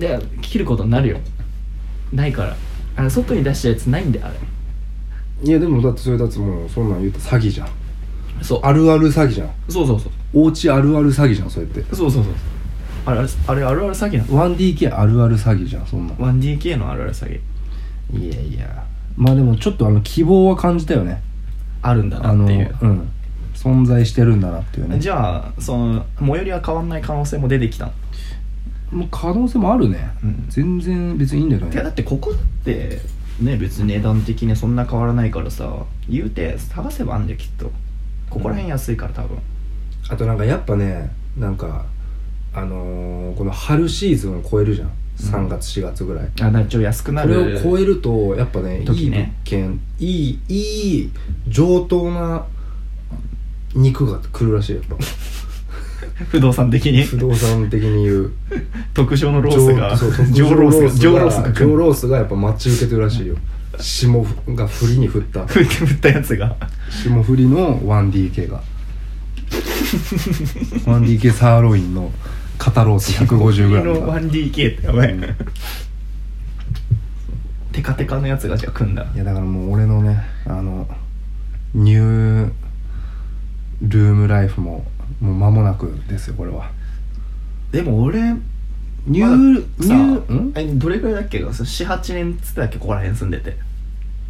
[SPEAKER 2] で切ることになるよないからあの外に出したやつないんだよあれ
[SPEAKER 1] いやでもだってそれだってもうそんなん言うと詐欺じゃん
[SPEAKER 2] そう
[SPEAKER 1] あるある詐欺じゃん
[SPEAKER 2] そうそうそう
[SPEAKER 1] おうちあるある詐欺じゃんそれって
[SPEAKER 2] そうそうそうあれあれあれあるある詐欺なの
[SPEAKER 1] 1DK あるある詐欺じゃんそんなん
[SPEAKER 2] 1DK のあるある詐欺
[SPEAKER 1] いやいやまあでもちょっとあの希望は感じたよね
[SPEAKER 2] あるんだ
[SPEAKER 1] あ
[SPEAKER 2] なっ
[SPEAKER 1] の
[SPEAKER 2] ていう、
[SPEAKER 1] うん存在してるんだなっていうね
[SPEAKER 2] じゃあその最寄りは変わんない可能性も出てきたの
[SPEAKER 1] もう可能性もあるね、
[SPEAKER 2] うん
[SPEAKER 1] 全然別にいいんだけど
[SPEAKER 2] いや
[SPEAKER 1] ね
[SPEAKER 2] だってここだってね別に値段的にそんな変わらないからさ言うて探せばあんだよきっとここら辺安いから多分
[SPEAKER 1] あとなんかやっぱねなんかあのーこの春シーズンを超えるじゃん3月4月ぐらい、
[SPEAKER 2] あだちょ安くな
[SPEAKER 1] これ
[SPEAKER 2] る
[SPEAKER 1] を超えるとやっぱねいい
[SPEAKER 2] 時
[SPEAKER 1] 物
[SPEAKER 2] ね
[SPEAKER 1] 件いいいい上等な肉が来るらしいよやっ
[SPEAKER 2] 不動産的に
[SPEAKER 1] ぱ不動産的に言う
[SPEAKER 2] 特上のロースが
[SPEAKER 1] そう特
[SPEAKER 2] 上
[SPEAKER 1] 上
[SPEAKER 2] ロ
[SPEAKER 1] ロ
[SPEAKER 2] ー
[SPEAKER 1] ー
[SPEAKER 2] ス
[SPEAKER 1] ス
[SPEAKER 2] 上ロース
[SPEAKER 1] が
[SPEAKER 2] が
[SPEAKER 1] 上
[SPEAKER 2] ー
[SPEAKER 1] ロースがやっぱ待ち受けてるらしいよ霜が振りに振った
[SPEAKER 2] ス振ったやつが
[SPEAKER 1] 霜降りの 1DK が 1DK サーロインの肩ロース 150g が
[SPEAKER 2] 1DK ってやばい、
[SPEAKER 1] うん
[SPEAKER 2] テカテカのやつがじゃあ組んだ
[SPEAKER 1] いやだからもう俺のねあのニュールームライフももう間もなくですよこれは
[SPEAKER 2] でも俺
[SPEAKER 1] ニュ
[SPEAKER 2] ま
[SPEAKER 1] ー
[SPEAKER 2] だ
[SPEAKER 1] ニュー
[SPEAKER 2] さ
[SPEAKER 1] ん
[SPEAKER 2] えどれぐらいだっけ48年っつってたっけここら辺住んでて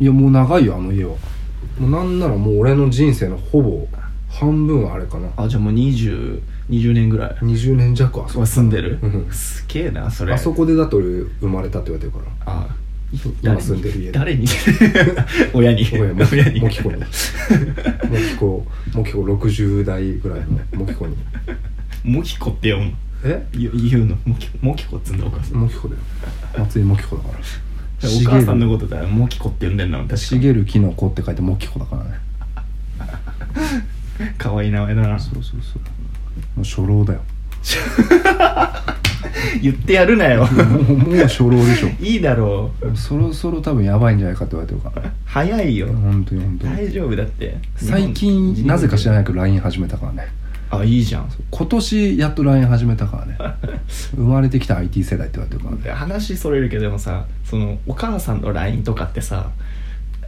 [SPEAKER 1] いやもう長いよあの家はもうなんならもう俺の人生のほぼ半分はあれかな
[SPEAKER 2] あじゃあもう2020年ぐらい
[SPEAKER 1] 20年弱は
[SPEAKER 2] そこ住んでる、
[SPEAKER 1] うん
[SPEAKER 2] すげえなそれ
[SPEAKER 1] あそこでだと俺生まれたって言われてるから
[SPEAKER 2] あ
[SPEAKER 1] 今住んでる家
[SPEAKER 2] 誰に 親に
[SPEAKER 1] 親も
[SPEAKER 2] 親に
[SPEAKER 1] もきこにもきこもきこ60代ぐらいのもきこに
[SPEAKER 2] モキコって読む
[SPEAKER 1] え
[SPEAKER 2] 言言うのモキモキコっつうんだお母さん
[SPEAKER 1] もきこだよ松井もきこだから
[SPEAKER 2] お母さんのことだよモキコって呼んでんだもん確か
[SPEAKER 1] しげるきのこって書いてもきこだからね
[SPEAKER 2] かわいい名前だな
[SPEAKER 1] そうそうそうもう初老だよ
[SPEAKER 2] 言ってやるなよ
[SPEAKER 1] もうもう初老でしょ
[SPEAKER 2] いいだろう
[SPEAKER 1] そろそろ多分やばいんじゃないかって言われてるから
[SPEAKER 2] 早いよ
[SPEAKER 1] 本当に本当に
[SPEAKER 2] 大丈夫だって
[SPEAKER 1] 最近なぜか知ら
[SPEAKER 2] い
[SPEAKER 1] ないけど LINE 始めたからね
[SPEAKER 2] あいいじゃん
[SPEAKER 1] 今年やっと LINE 始めたからね生まれてきた IT 世代って言われてるからね
[SPEAKER 2] 話それるけどでもさそのお母さんの LINE とかってさ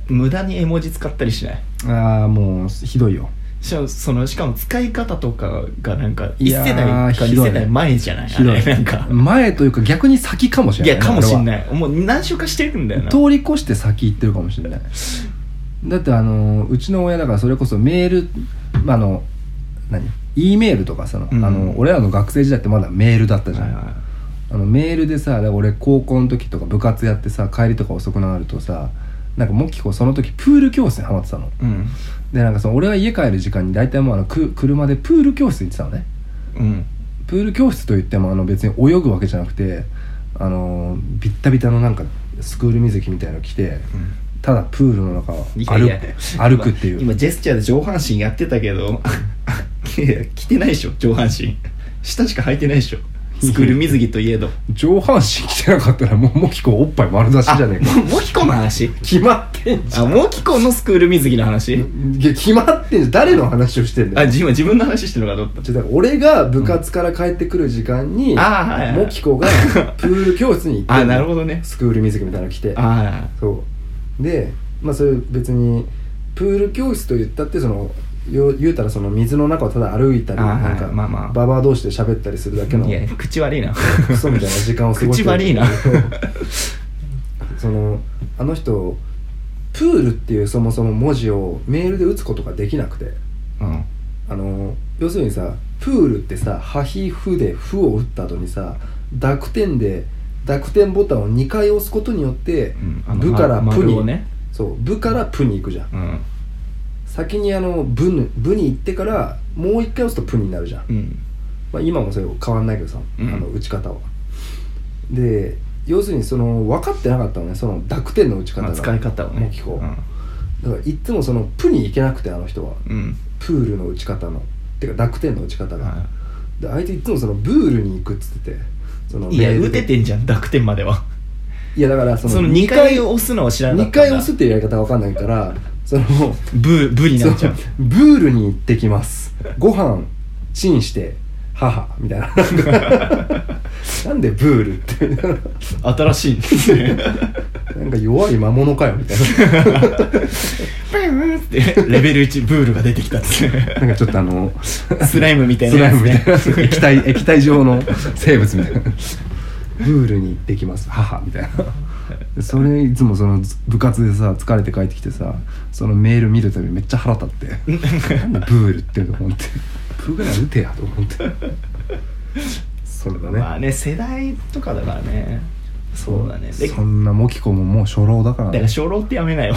[SPEAKER 2] 無駄に絵文字使ったりしない
[SPEAKER 1] ああもうひどいよ
[SPEAKER 2] しかもそのしかも使い方とかがなんか
[SPEAKER 1] い
[SPEAKER 2] 一
[SPEAKER 1] やー
[SPEAKER 2] 世代か
[SPEAKER 1] ひ
[SPEAKER 2] 2
[SPEAKER 1] どい
[SPEAKER 2] 世代前じゃない
[SPEAKER 1] ひど
[SPEAKER 2] あ
[SPEAKER 1] い
[SPEAKER 2] れなんか
[SPEAKER 1] 前というか逆に先かもしれ
[SPEAKER 2] い
[SPEAKER 1] ない
[SPEAKER 2] や
[SPEAKER 1] ね
[SPEAKER 2] かもしん
[SPEAKER 1] あ
[SPEAKER 2] ないもう何周かしてるんだ
[SPEAKER 1] れ
[SPEAKER 2] よ
[SPEAKER 1] は
[SPEAKER 2] な
[SPEAKER 1] 通り越して先行ってるかもしれないだってあのうちの親だからそれこそメールあの何 E メールとかさ、
[SPEAKER 2] うん
[SPEAKER 1] あの俺らの学生時代ってまだメールだったじゃん、
[SPEAKER 2] はいはい
[SPEAKER 1] あのメールでさだから俺高校の時とか部活やってさ帰りとか遅くなるとさなんかもきこその時プール教室にハマってたの
[SPEAKER 2] うん
[SPEAKER 1] でなんかその俺が家帰る時間に大体もうあのく車でプール教室行ってたのね
[SPEAKER 2] うん
[SPEAKER 1] プール教室といってもあの別に泳ぐわけじゃなくてあのービッタビタのなんかスクール水着みたいの着てただプールの中を
[SPEAKER 2] いやい
[SPEAKER 1] 歩
[SPEAKER 2] や
[SPEAKER 1] 歩くってい
[SPEAKER 2] 今今
[SPEAKER 1] う
[SPEAKER 2] ジェスチャーで上半身やってたけどいや着てないでしょ上半身下しか履いてないで しょスクール水着といえど
[SPEAKER 1] 上半身着てなかったらもうモキコおっぱい丸出しじゃねえか
[SPEAKER 2] もモキコの話
[SPEAKER 1] 決まってんじ
[SPEAKER 2] あモキコのスクール水着の話
[SPEAKER 1] ゃんいや決まってんじゃん誰の話をしてんだ
[SPEAKER 2] あ
[SPEAKER 1] よ
[SPEAKER 2] じ今自分の話してるのかと思った
[SPEAKER 1] ちょだから俺が部活から帰ってくる時間に、
[SPEAKER 2] あーはいはい
[SPEAKER 1] モキコがプール教室に行ってんの
[SPEAKER 2] あなるほどね
[SPEAKER 1] スクール水着みたいなの着て
[SPEAKER 2] あ
[SPEAKER 1] そうでまあそれ別にプール教室と言ったってそのよ言うたらその水の中をただ歩いたり
[SPEAKER 2] あー
[SPEAKER 1] なんか
[SPEAKER 2] はいまあまあ
[SPEAKER 1] ババア同士で喋ったりするだけ
[SPEAKER 2] あ
[SPEAKER 1] の
[SPEAKER 2] いや口悪いな
[SPEAKER 1] クソみたいな時間を過ごし
[SPEAKER 2] 口
[SPEAKER 1] てる
[SPEAKER 2] 悪いな
[SPEAKER 1] そのあの人プールっていうそもそも文字をメールで打つことができなくて
[SPEAKER 2] うん
[SPEAKER 1] あの要するにさプールってさ「ハヒフ」で「フ」を打った後にさ濁点で濁点ボタンを2回押すことによって
[SPEAKER 2] うん
[SPEAKER 1] 「
[SPEAKER 2] あの
[SPEAKER 1] 部」から「
[SPEAKER 2] ま
[SPEAKER 1] プ」
[SPEAKER 2] 丸を
[SPEAKER 1] に、
[SPEAKER 2] ね
[SPEAKER 1] そう「部」から「プ」に行くじゃん
[SPEAKER 2] うん
[SPEAKER 1] 先にあの部に部に行ってからもう一回押すとプになるじゃん、
[SPEAKER 2] うん
[SPEAKER 1] まあ、今もそれ変わんないけどさ、
[SPEAKER 2] うん
[SPEAKER 1] あの打ち方はで要するにその分かってなかったのねその濁点の打ち方
[SPEAKER 2] ま
[SPEAKER 1] が、
[SPEAKER 2] あ使い方をね
[SPEAKER 1] もきこ
[SPEAKER 2] うん
[SPEAKER 1] だからいっつもそのプに行けなくてあの人は
[SPEAKER 2] うん
[SPEAKER 1] プールの打ち方のてか濁点の打ち方が、
[SPEAKER 2] は
[SPEAKER 1] であいついつもそのブールに行くっつっててその
[SPEAKER 2] いいや
[SPEAKER 1] メール
[SPEAKER 2] 打
[SPEAKER 1] で
[SPEAKER 2] ててんじゃん濁点まではい
[SPEAKER 1] やだからそ
[SPEAKER 2] そ
[SPEAKER 1] の
[SPEAKER 2] の
[SPEAKER 1] 2
[SPEAKER 2] 2
[SPEAKER 1] 回
[SPEAKER 2] 回
[SPEAKER 1] を
[SPEAKER 2] 押すのを知らなか
[SPEAKER 1] 2
[SPEAKER 2] ったんだ
[SPEAKER 1] 回押すっていうやり方わかんないからその
[SPEAKER 2] ブブに
[SPEAKER 1] そ
[SPEAKER 2] な
[SPEAKER 1] の
[SPEAKER 2] っちゃう
[SPEAKER 1] ブールに行ってきますご飯チンして母 みたいななんでブールってみたいな
[SPEAKER 2] 新 しいんですね
[SPEAKER 1] なんか弱い魔物かよみたい
[SPEAKER 2] でレベル1ブールが出てきたっつって
[SPEAKER 1] ななんかちょっとあの
[SPEAKER 2] スライムみたい
[SPEAKER 1] ス
[SPEAKER 2] な
[SPEAKER 1] ラ
[SPEAKER 2] や
[SPEAKER 1] イ
[SPEAKER 2] つ
[SPEAKER 1] ムみ
[SPEAKER 2] ね
[SPEAKER 1] たいな液体液体状の生物みたいなブールに行ってきます母みたいなでそれいつもその部活でさ疲れて帰ってきてさそのメール見るたびめっちゃ腹立ってなんでブールって言うのと思ってプーぐらい打てやと思ってそれだ ね、
[SPEAKER 2] まあね世代とかだからねそうだねで
[SPEAKER 1] そんなモキコももう初老だから
[SPEAKER 2] だから初老ってやめなよ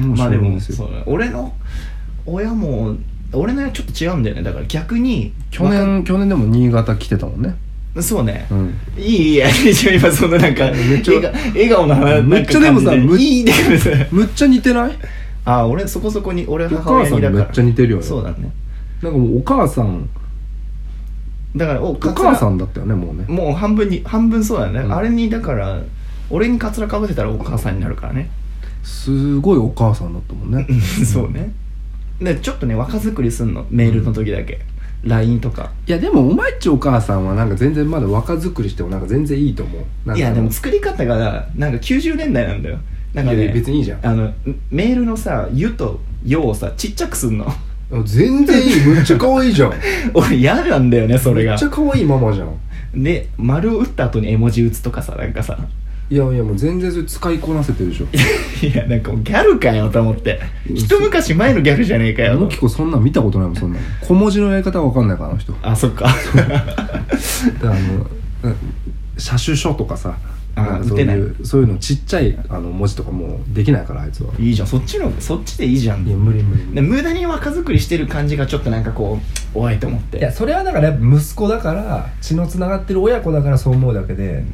[SPEAKER 1] もう
[SPEAKER 2] まあ
[SPEAKER 1] 初
[SPEAKER 2] で
[SPEAKER 1] 老
[SPEAKER 2] も
[SPEAKER 1] ですよ
[SPEAKER 2] そうだ俺の親も俺の親ちょっと違うんだよねだから逆に
[SPEAKER 1] 去年去年でも新潟来てたもんね
[SPEAKER 2] 若そうね、
[SPEAKER 1] うん
[SPEAKER 2] いいいいや一応今そのなんか
[SPEAKER 1] めっちゃ
[SPEAKER 2] 笑顔笑顔の話
[SPEAKER 1] めっちゃでもさ
[SPEAKER 2] なんか感じ
[SPEAKER 1] む
[SPEAKER 2] でいいでもさ
[SPEAKER 1] むっちゃ似てない
[SPEAKER 2] ああ俺そこそこに俺
[SPEAKER 1] お
[SPEAKER 2] 母
[SPEAKER 1] 母
[SPEAKER 2] 親
[SPEAKER 1] さん
[SPEAKER 2] にだ
[SPEAKER 1] め
[SPEAKER 2] から
[SPEAKER 1] っちゃ似てるよね
[SPEAKER 2] そうだね
[SPEAKER 1] なんかもうお母さん
[SPEAKER 2] だからお
[SPEAKER 1] お母さんだったよねもうね
[SPEAKER 2] もう半分に半分そうだね、
[SPEAKER 1] うん
[SPEAKER 2] あれにだから俺にカツラかぶせたらお母さんになるからね
[SPEAKER 1] すごいお母さんだったもんね
[SPEAKER 2] そうねでちょっとね若作りすんのメールの時だけ、LINE とか
[SPEAKER 1] いやでもお前っちお母さんはなんか全然まだ若作りしてもなんか全然いいと思うなんか
[SPEAKER 2] いやでも作り方がなんか90年代なんだよなんか
[SPEAKER 1] いやい
[SPEAKER 2] ね
[SPEAKER 1] や別にいいじゃん
[SPEAKER 2] あのメールのさ「ゆ」と「よ」をさちっちゃくすんの
[SPEAKER 1] 全然いいむっちゃ可愛いじゃん
[SPEAKER 2] 俺嫌なんだよ ねそれ
[SPEAKER 1] め
[SPEAKER 2] が
[SPEAKER 1] っちゃ可愛いママじゃん
[SPEAKER 2] で丸を打った後に絵文字打つとかさなんかさ
[SPEAKER 1] いやいやもう全然それ使いこなせてるでしょ
[SPEAKER 2] いやなんかもうギャルかよと思って一昔前のギャルじゃねえかよ
[SPEAKER 1] もきこそんなん見たことないもんそんなの小文字のやり方が分かんないからあの人だか
[SPEAKER 2] あそっか
[SPEAKER 1] らあのうん写種書とかさ
[SPEAKER 2] あー
[SPEAKER 1] なんかそうい
[SPEAKER 2] 打て
[SPEAKER 1] うそういうのちっちゃいあの文字とかもうできないからあいつはい
[SPEAKER 2] いじゃんそっちのそっちでいいじゃん
[SPEAKER 1] いや無理無理無
[SPEAKER 2] で無駄に若作りしてる感じがちょっとなんかこうおいと思っ
[SPEAKER 1] いや
[SPEAKER 2] て
[SPEAKER 1] それはだからやっぱ息子だから血のつながってる親子だからそう思うだけで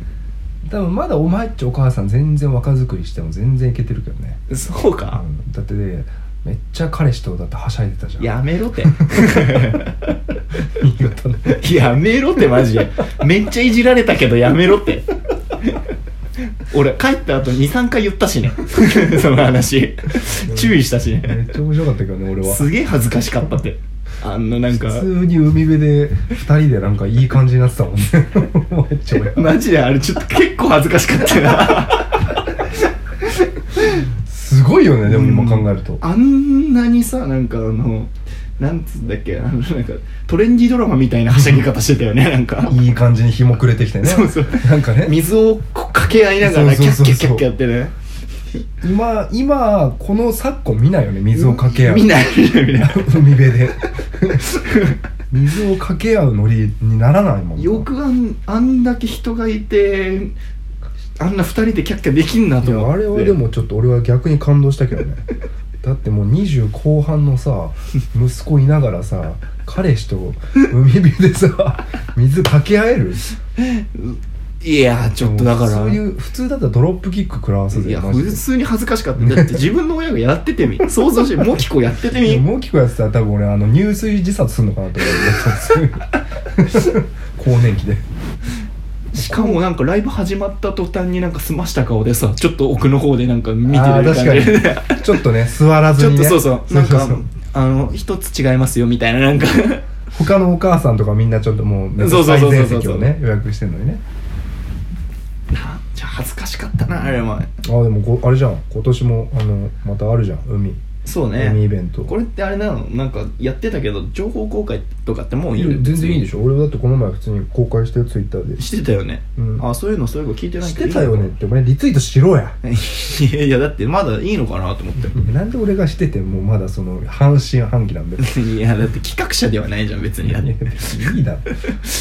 [SPEAKER 1] 多分まだお前っちお母さん全然若作りしても全然いけてるけどね、
[SPEAKER 2] そう
[SPEAKER 1] う
[SPEAKER 2] か、
[SPEAKER 1] ん、だってねめっちゃ彼氏とだってはしゃいでたじゃん
[SPEAKER 2] やめろって
[SPEAKER 1] 新潟の
[SPEAKER 2] やめろってマジでめっちゃいじられたけどやめろって俺帰った後23回言ったしね その話注意したし
[SPEAKER 1] めっ
[SPEAKER 2] ね
[SPEAKER 1] ちゃ面白かったけどね俺は
[SPEAKER 2] すげえ恥ずかしかったってあのなんか
[SPEAKER 1] 普通に海辺で2人でなんかいい感じになってたもん ねお前っち親
[SPEAKER 2] マジであれちょっと結構恥ずかしかったな
[SPEAKER 1] すごいよねでも今考えると、
[SPEAKER 2] あんなにさなんかあのなんつうんだっけあのなんかトレンディドラマみたいなはしゃぎ方してたよねなんか
[SPEAKER 1] いい感じに日も暮れてきてね
[SPEAKER 2] そうそう
[SPEAKER 1] なんかね
[SPEAKER 2] 水をこうかけ合いながらキ
[SPEAKER 1] そ
[SPEAKER 2] ャ
[SPEAKER 1] う
[SPEAKER 2] ッ
[SPEAKER 1] そ
[SPEAKER 2] キ
[SPEAKER 1] う
[SPEAKER 2] ャ
[SPEAKER 1] そうそう
[SPEAKER 2] ッキャッキャやってね
[SPEAKER 1] 今今この昨今見ないよね水をかけ合う
[SPEAKER 2] 見ない見ない見ない
[SPEAKER 1] 海辺で 水をかけ合うノリにならないもんな
[SPEAKER 2] よくあんあんだけ人がいてあんな二人でキャッキャできんないと思っ
[SPEAKER 1] や
[SPEAKER 2] て
[SPEAKER 1] あれはでもちょっと俺は逆に感動したけどねだってもう20後半のさ息子いながらさ彼氏と海辺 でさ水かけ合える
[SPEAKER 2] いやちょっとだから
[SPEAKER 1] そういう普通だったらドロップキック食らわせる
[SPEAKER 2] いや
[SPEAKER 1] マジで
[SPEAKER 2] 普通に恥ずかしかった だって自分の親がやっててみ想像してモキコやっててみ
[SPEAKER 1] いやもう聞くやつたら多分俺あの入水自殺するのかなと思 って高年期で
[SPEAKER 2] しかもなんかライブ始まった途端になんか済ました顔でさちょっと奥の方でなんか見て
[SPEAKER 1] あ
[SPEAKER 2] る
[SPEAKER 1] ー
[SPEAKER 2] 感じで
[SPEAKER 1] 確かにちょっとね座 ら
[SPEAKER 2] ち
[SPEAKER 1] ず
[SPEAKER 2] ょ
[SPEAKER 1] に、
[SPEAKER 2] っと
[SPEAKER 1] ね、
[SPEAKER 2] そうそうなんか
[SPEAKER 1] そうそう
[SPEAKER 2] あの一つ違いますよみたいななんか
[SPEAKER 1] 他のお母さんとかみんなちょっともうめっち
[SPEAKER 2] そう
[SPEAKER 1] ゃ
[SPEAKER 2] そう
[SPEAKER 1] 最
[SPEAKER 2] そうそう
[SPEAKER 1] 前席をね予約してんのにね
[SPEAKER 2] なじゃあ恥ずかしかったなあれは
[SPEAKER 1] あでもこあれじゃん今年もあのまたあるじゃん海
[SPEAKER 2] そう
[SPEAKER 1] 海イ
[SPEAKER 2] ね
[SPEAKER 1] ベント
[SPEAKER 2] これってあれなのなんかやってたけど情報公開とかってもういい
[SPEAKER 1] いや
[SPEAKER 2] の
[SPEAKER 1] 全然いいでしょ俺だってこの前普通に公開したよツイッターで
[SPEAKER 2] してたよね、
[SPEAKER 1] うん
[SPEAKER 2] あそういうのそういえば聞いてない
[SPEAKER 1] し
[SPEAKER 2] けど
[SPEAKER 1] てたよねってお前リツイートしろや
[SPEAKER 2] いやいやだってまだいいのかなと思って
[SPEAKER 1] なんで俺がしててもうまだその半信半疑なんだよ
[SPEAKER 2] いやだって企画者ではないじゃん別にだっ
[SPEAKER 1] い
[SPEAKER 2] て
[SPEAKER 1] や別にいいだろ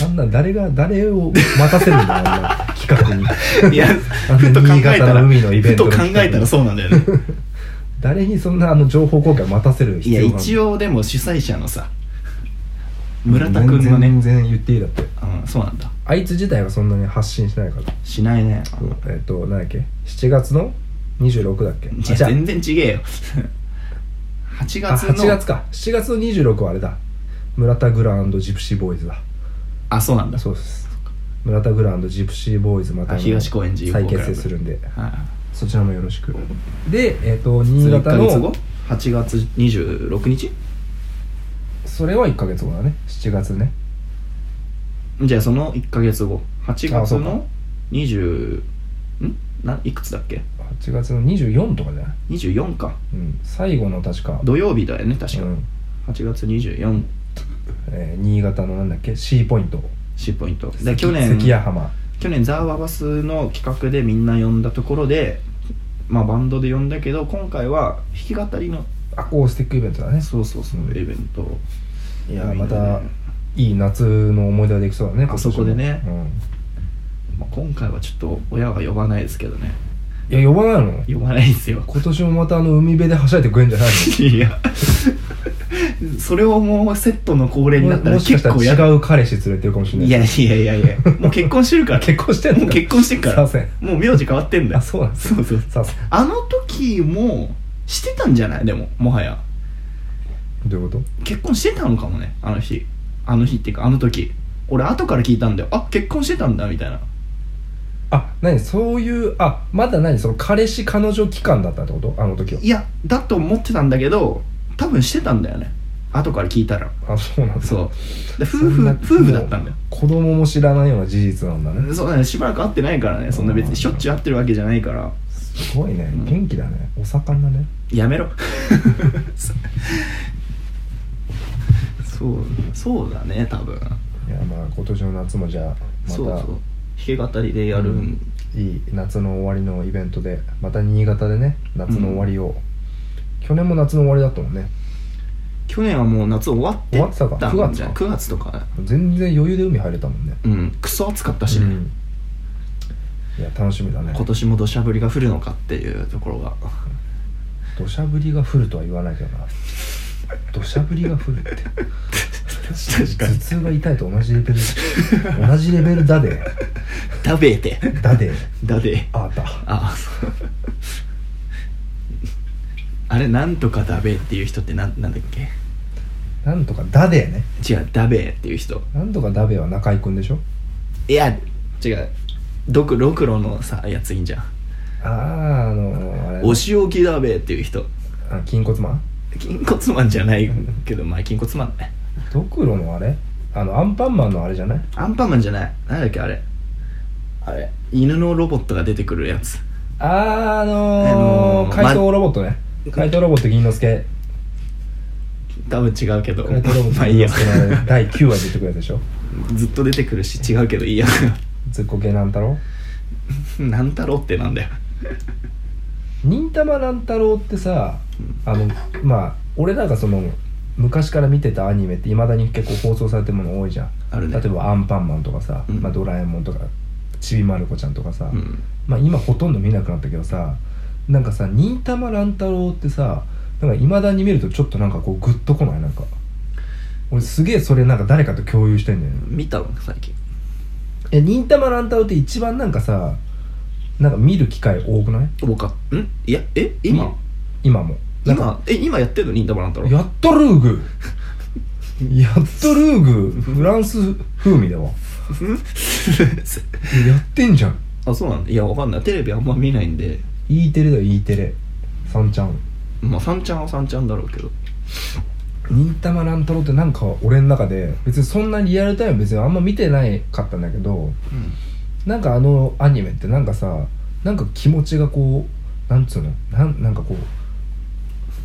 [SPEAKER 1] あんな誰が誰を任せるんだよあんな企画に
[SPEAKER 2] いや、
[SPEAKER 1] あの
[SPEAKER 2] ふと考え
[SPEAKER 1] 新
[SPEAKER 2] た
[SPEAKER 1] 潟
[SPEAKER 2] ら、
[SPEAKER 1] の海のイベ
[SPEAKER 2] ふ
[SPEAKER 1] ン
[SPEAKER 2] と
[SPEAKER 1] ト
[SPEAKER 2] 考えたらそうなんだよね。
[SPEAKER 1] 誰にそんなあの情報公開待たせる
[SPEAKER 2] い
[SPEAKER 1] 必
[SPEAKER 2] や、
[SPEAKER 1] 要が
[SPEAKER 2] 一
[SPEAKER 1] 応
[SPEAKER 2] 応でも主催者のさ、村田くんのね
[SPEAKER 1] 全、然言っていいだって
[SPEAKER 2] うん、そうなんだ。
[SPEAKER 1] あいつ自体はそんなに発信しないから
[SPEAKER 2] しないね。
[SPEAKER 1] えっ、となんだっけ7月の26だっ
[SPEAKER 2] い
[SPEAKER 1] け
[SPEAKER 2] や
[SPEAKER 1] あ違う
[SPEAKER 2] 全然ちげえよ。8
[SPEAKER 1] あ
[SPEAKER 2] 月の、
[SPEAKER 1] 8月か7月の26はあれだ村田グランドジプシーボーイズだ
[SPEAKER 2] あ、そうなんだ。
[SPEAKER 1] そうです村田グランドジプシーボーイズまたあ
[SPEAKER 2] あ
[SPEAKER 1] の
[SPEAKER 2] 東高円寺
[SPEAKER 1] 再
[SPEAKER 2] 友好クラ
[SPEAKER 1] 結
[SPEAKER 2] ブ
[SPEAKER 1] 成するんで
[SPEAKER 2] は
[SPEAKER 1] そちらもよろしくでえっ、と
[SPEAKER 2] い。
[SPEAKER 1] 新
[SPEAKER 2] 1
[SPEAKER 1] 潟
[SPEAKER 2] ヶ月後
[SPEAKER 1] の
[SPEAKER 2] ?8 月26日
[SPEAKER 1] それは1ヶ月後だね7月ね
[SPEAKER 2] じゃあその1ヶ月後。8
[SPEAKER 1] あ
[SPEAKER 2] 月
[SPEAKER 1] そうか
[SPEAKER 2] の20、んないくつだっけ
[SPEAKER 1] 8月の24とかじゃない、
[SPEAKER 2] ?24 か。
[SPEAKER 1] うん、最後の確か
[SPEAKER 2] 土曜日だよね、確か
[SPEAKER 1] う。ん
[SPEAKER 2] 8月24、
[SPEAKER 1] えー新潟のなんだっけ C ポイント
[SPEAKER 2] C ポイント。で、去年。
[SPEAKER 1] 関谷浜
[SPEAKER 2] 去年ザーワバスの企画でみんな呼んだところで、まあ、バンドで呼んだけど今回は弾き語りの
[SPEAKER 1] アコースティックイベントだね
[SPEAKER 2] そうそうそうイベントを
[SPEAKER 1] いや
[SPEAKER 2] みんな
[SPEAKER 1] ま
[SPEAKER 2] で
[SPEAKER 1] たいい夏の思い出ができそうだね
[SPEAKER 2] あそこでね
[SPEAKER 1] 今年も
[SPEAKER 2] まあ、今回はちょっと親は呼ばないですけどね
[SPEAKER 1] いや呼ばないの
[SPEAKER 2] 呼ばないですよ
[SPEAKER 1] 今年もまたあの海辺ではしゃいでくれんじゃない
[SPEAKER 2] いやそれをもうセットの恒例になった
[SPEAKER 1] の
[SPEAKER 2] ら
[SPEAKER 1] もしか
[SPEAKER 2] 結
[SPEAKER 1] した
[SPEAKER 2] 構や
[SPEAKER 1] ら違う彼氏連れてるかもしれない
[SPEAKER 2] いやいやいやいや もう結婚してるから
[SPEAKER 1] 結婚してんの
[SPEAKER 2] もう結婚してるから
[SPEAKER 1] させ
[SPEAKER 2] もう名字変わってんだ
[SPEAKER 1] あ
[SPEAKER 2] よ
[SPEAKER 1] そうなんです
[SPEAKER 2] そうそう
[SPEAKER 1] させ
[SPEAKER 2] あの時もしてたんじゃないでももはや
[SPEAKER 1] どういうこ
[SPEAKER 2] 結婚してたのかもねあの日あの日っていうかあの時俺後から聞いたんだよあ結婚してたんだみたいな
[SPEAKER 1] とあ何そういうあまだ何その彼氏彼女期間だったってことあの時はい
[SPEAKER 2] やだと思ってたんだけど多分してたんだよね後から聞いたら
[SPEAKER 1] あそうなんだ
[SPEAKER 2] そうで夫
[SPEAKER 1] そん
[SPEAKER 2] 婦
[SPEAKER 1] な
[SPEAKER 2] 夫婦だったんだよ
[SPEAKER 1] 子供も知らないような事実なんだね
[SPEAKER 2] そうだねしばらく会ってないからねそんな別にしょっちゅう会ってるわけじゃないから
[SPEAKER 1] すごいね
[SPEAKER 2] うん
[SPEAKER 1] 元気だねお盛んだね
[SPEAKER 2] やめろ そうそうだね多分
[SPEAKER 1] いやまあ今年の夏もじゃあま
[SPEAKER 2] そうそう
[SPEAKER 1] た
[SPEAKER 2] 弾き語りでやる、
[SPEAKER 1] うんいい夏の終わりのイベントでまた新潟でね夏の終わりを、去年も夏の終わりだったもんね
[SPEAKER 2] 去年はもう夏終わって
[SPEAKER 1] 終わってたか
[SPEAKER 2] んじゃん
[SPEAKER 1] 9
[SPEAKER 2] 9月とか
[SPEAKER 1] 全然余裕で海入れたもんね
[SPEAKER 2] うんクソ暑かったしね、
[SPEAKER 1] うんいや楽しみだね
[SPEAKER 2] 今年も土砂降りが降るのかっていうところが
[SPEAKER 1] 土砂降りが降るとは言わないけどな土砂降りが降るって
[SPEAKER 2] 確
[SPEAKER 1] 頭痛が痛いと同じレベル同じレベルだで
[SPEAKER 2] 食べて
[SPEAKER 1] だで
[SPEAKER 2] だで
[SPEAKER 1] あーた
[SPEAKER 2] あそうあれなんとかだべっていう人ってなんなんだっけ
[SPEAKER 1] なんとかだでね
[SPEAKER 2] 違うだべっていう人
[SPEAKER 1] なんとかだべは中居君でしょ
[SPEAKER 2] いや違うドクロクロのさやついいんじゃん
[SPEAKER 1] あああのあれ
[SPEAKER 2] お仕置きだべっていう人
[SPEAKER 1] あ筋骨マン
[SPEAKER 2] 筋骨マンじゃないけどまあ筋骨マンね
[SPEAKER 1] ドクロのあれあのアンパンマンのあれじゃない
[SPEAKER 2] アンパンマンじゃないなんだっけあれあれ犬のロボットが出てくるやつ
[SPEAKER 1] あーあのー
[SPEAKER 2] あのー
[SPEAKER 1] 怪盗ロボットね
[SPEAKER 2] ま
[SPEAKER 1] 怪盗ロボット銀之助
[SPEAKER 2] 多分違うけど
[SPEAKER 1] 怪盗ロボッ
[SPEAKER 2] まあ
[SPEAKER 1] ト
[SPEAKER 2] いい
[SPEAKER 1] 銀
[SPEAKER 2] や
[SPEAKER 1] 之助のあれ第9話出てくるやつでしょ
[SPEAKER 2] ずっと出てくるし違うけどいいや
[SPEAKER 1] ずっこけなん太郎
[SPEAKER 2] なん太郎ってなんだよ
[SPEAKER 1] 忍たま乱太郎ってさあのまあ俺らがその昔から見てたアニメっていまだに結構放送されてるもの多いじゃん
[SPEAKER 2] あるね
[SPEAKER 1] 例えば「アンパンマン」とかさ「
[SPEAKER 2] うん
[SPEAKER 1] まあ、ドラえもん」とか「ちびまる子ちゃん」とかさ、
[SPEAKER 2] うん
[SPEAKER 1] まあ今ほとんど見なくなったけどさなんかさ忍たま乱太郎ってさなんかいまだに見るとちょっとなんかこうグッとこないなんか俺すげえそれなんか誰かと共有してんだよね
[SPEAKER 2] 見たの最近
[SPEAKER 1] いや忍たま乱太郎って一番なんかさなんか見る機会多くない
[SPEAKER 2] 多かんいやえ今
[SPEAKER 1] 今もなんか
[SPEAKER 2] 今え今やってんの忍たま乱太郎
[SPEAKER 1] やっとルーグ やっとルーグフランス風味だわやってんじゃん
[SPEAKER 2] あそうなんだいやわかんないテレビあんま見ないんで
[SPEAKER 1] E テレだよ E テレさんちゃん
[SPEAKER 2] まあ三ちゃんは三ちゃんだろうけど
[SPEAKER 1] 忍たま乱太郎ってなんか俺の中で別にそんなリアルタイム別にあんま見てないかったんだけどなんかあのアニメってなんかさなんか気持ちがこうなんつうのなんなんかこう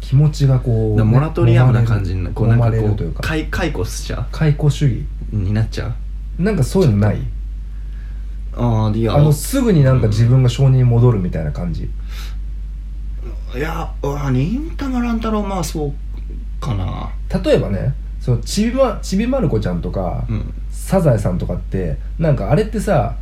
[SPEAKER 1] 気持ちがこう、
[SPEAKER 2] だからモラトリアムな感じに
[SPEAKER 1] に
[SPEAKER 2] なこ
[SPEAKER 1] こ
[SPEAKER 2] う
[SPEAKER 1] う
[SPEAKER 2] なん
[SPEAKER 1] 揉
[SPEAKER 2] か
[SPEAKER 1] まれ
[SPEAKER 2] こ
[SPEAKER 1] る
[SPEAKER 2] う
[SPEAKER 1] というか
[SPEAKER 2] 解解雇しちゃ
[SPEAKER 1] 解雇主義
[SPEAKER 2] うになっちゃう
[SPEAKER 1] なんかそういうのない
[SPEAKER 2] ああいや
[SPEAKER 1] あのすぐになんか自分が承認に戻るみたいな感じ
[SPEAKER 2] いやあ忍たま乱太郎まあそうかな
[SPEAKER 1] 例えばねそのちびまちびまる子ちゃんとか、
[SPEAKER 2] うん
[SPEAKER 1] サザエさんとかってなんかあれってさ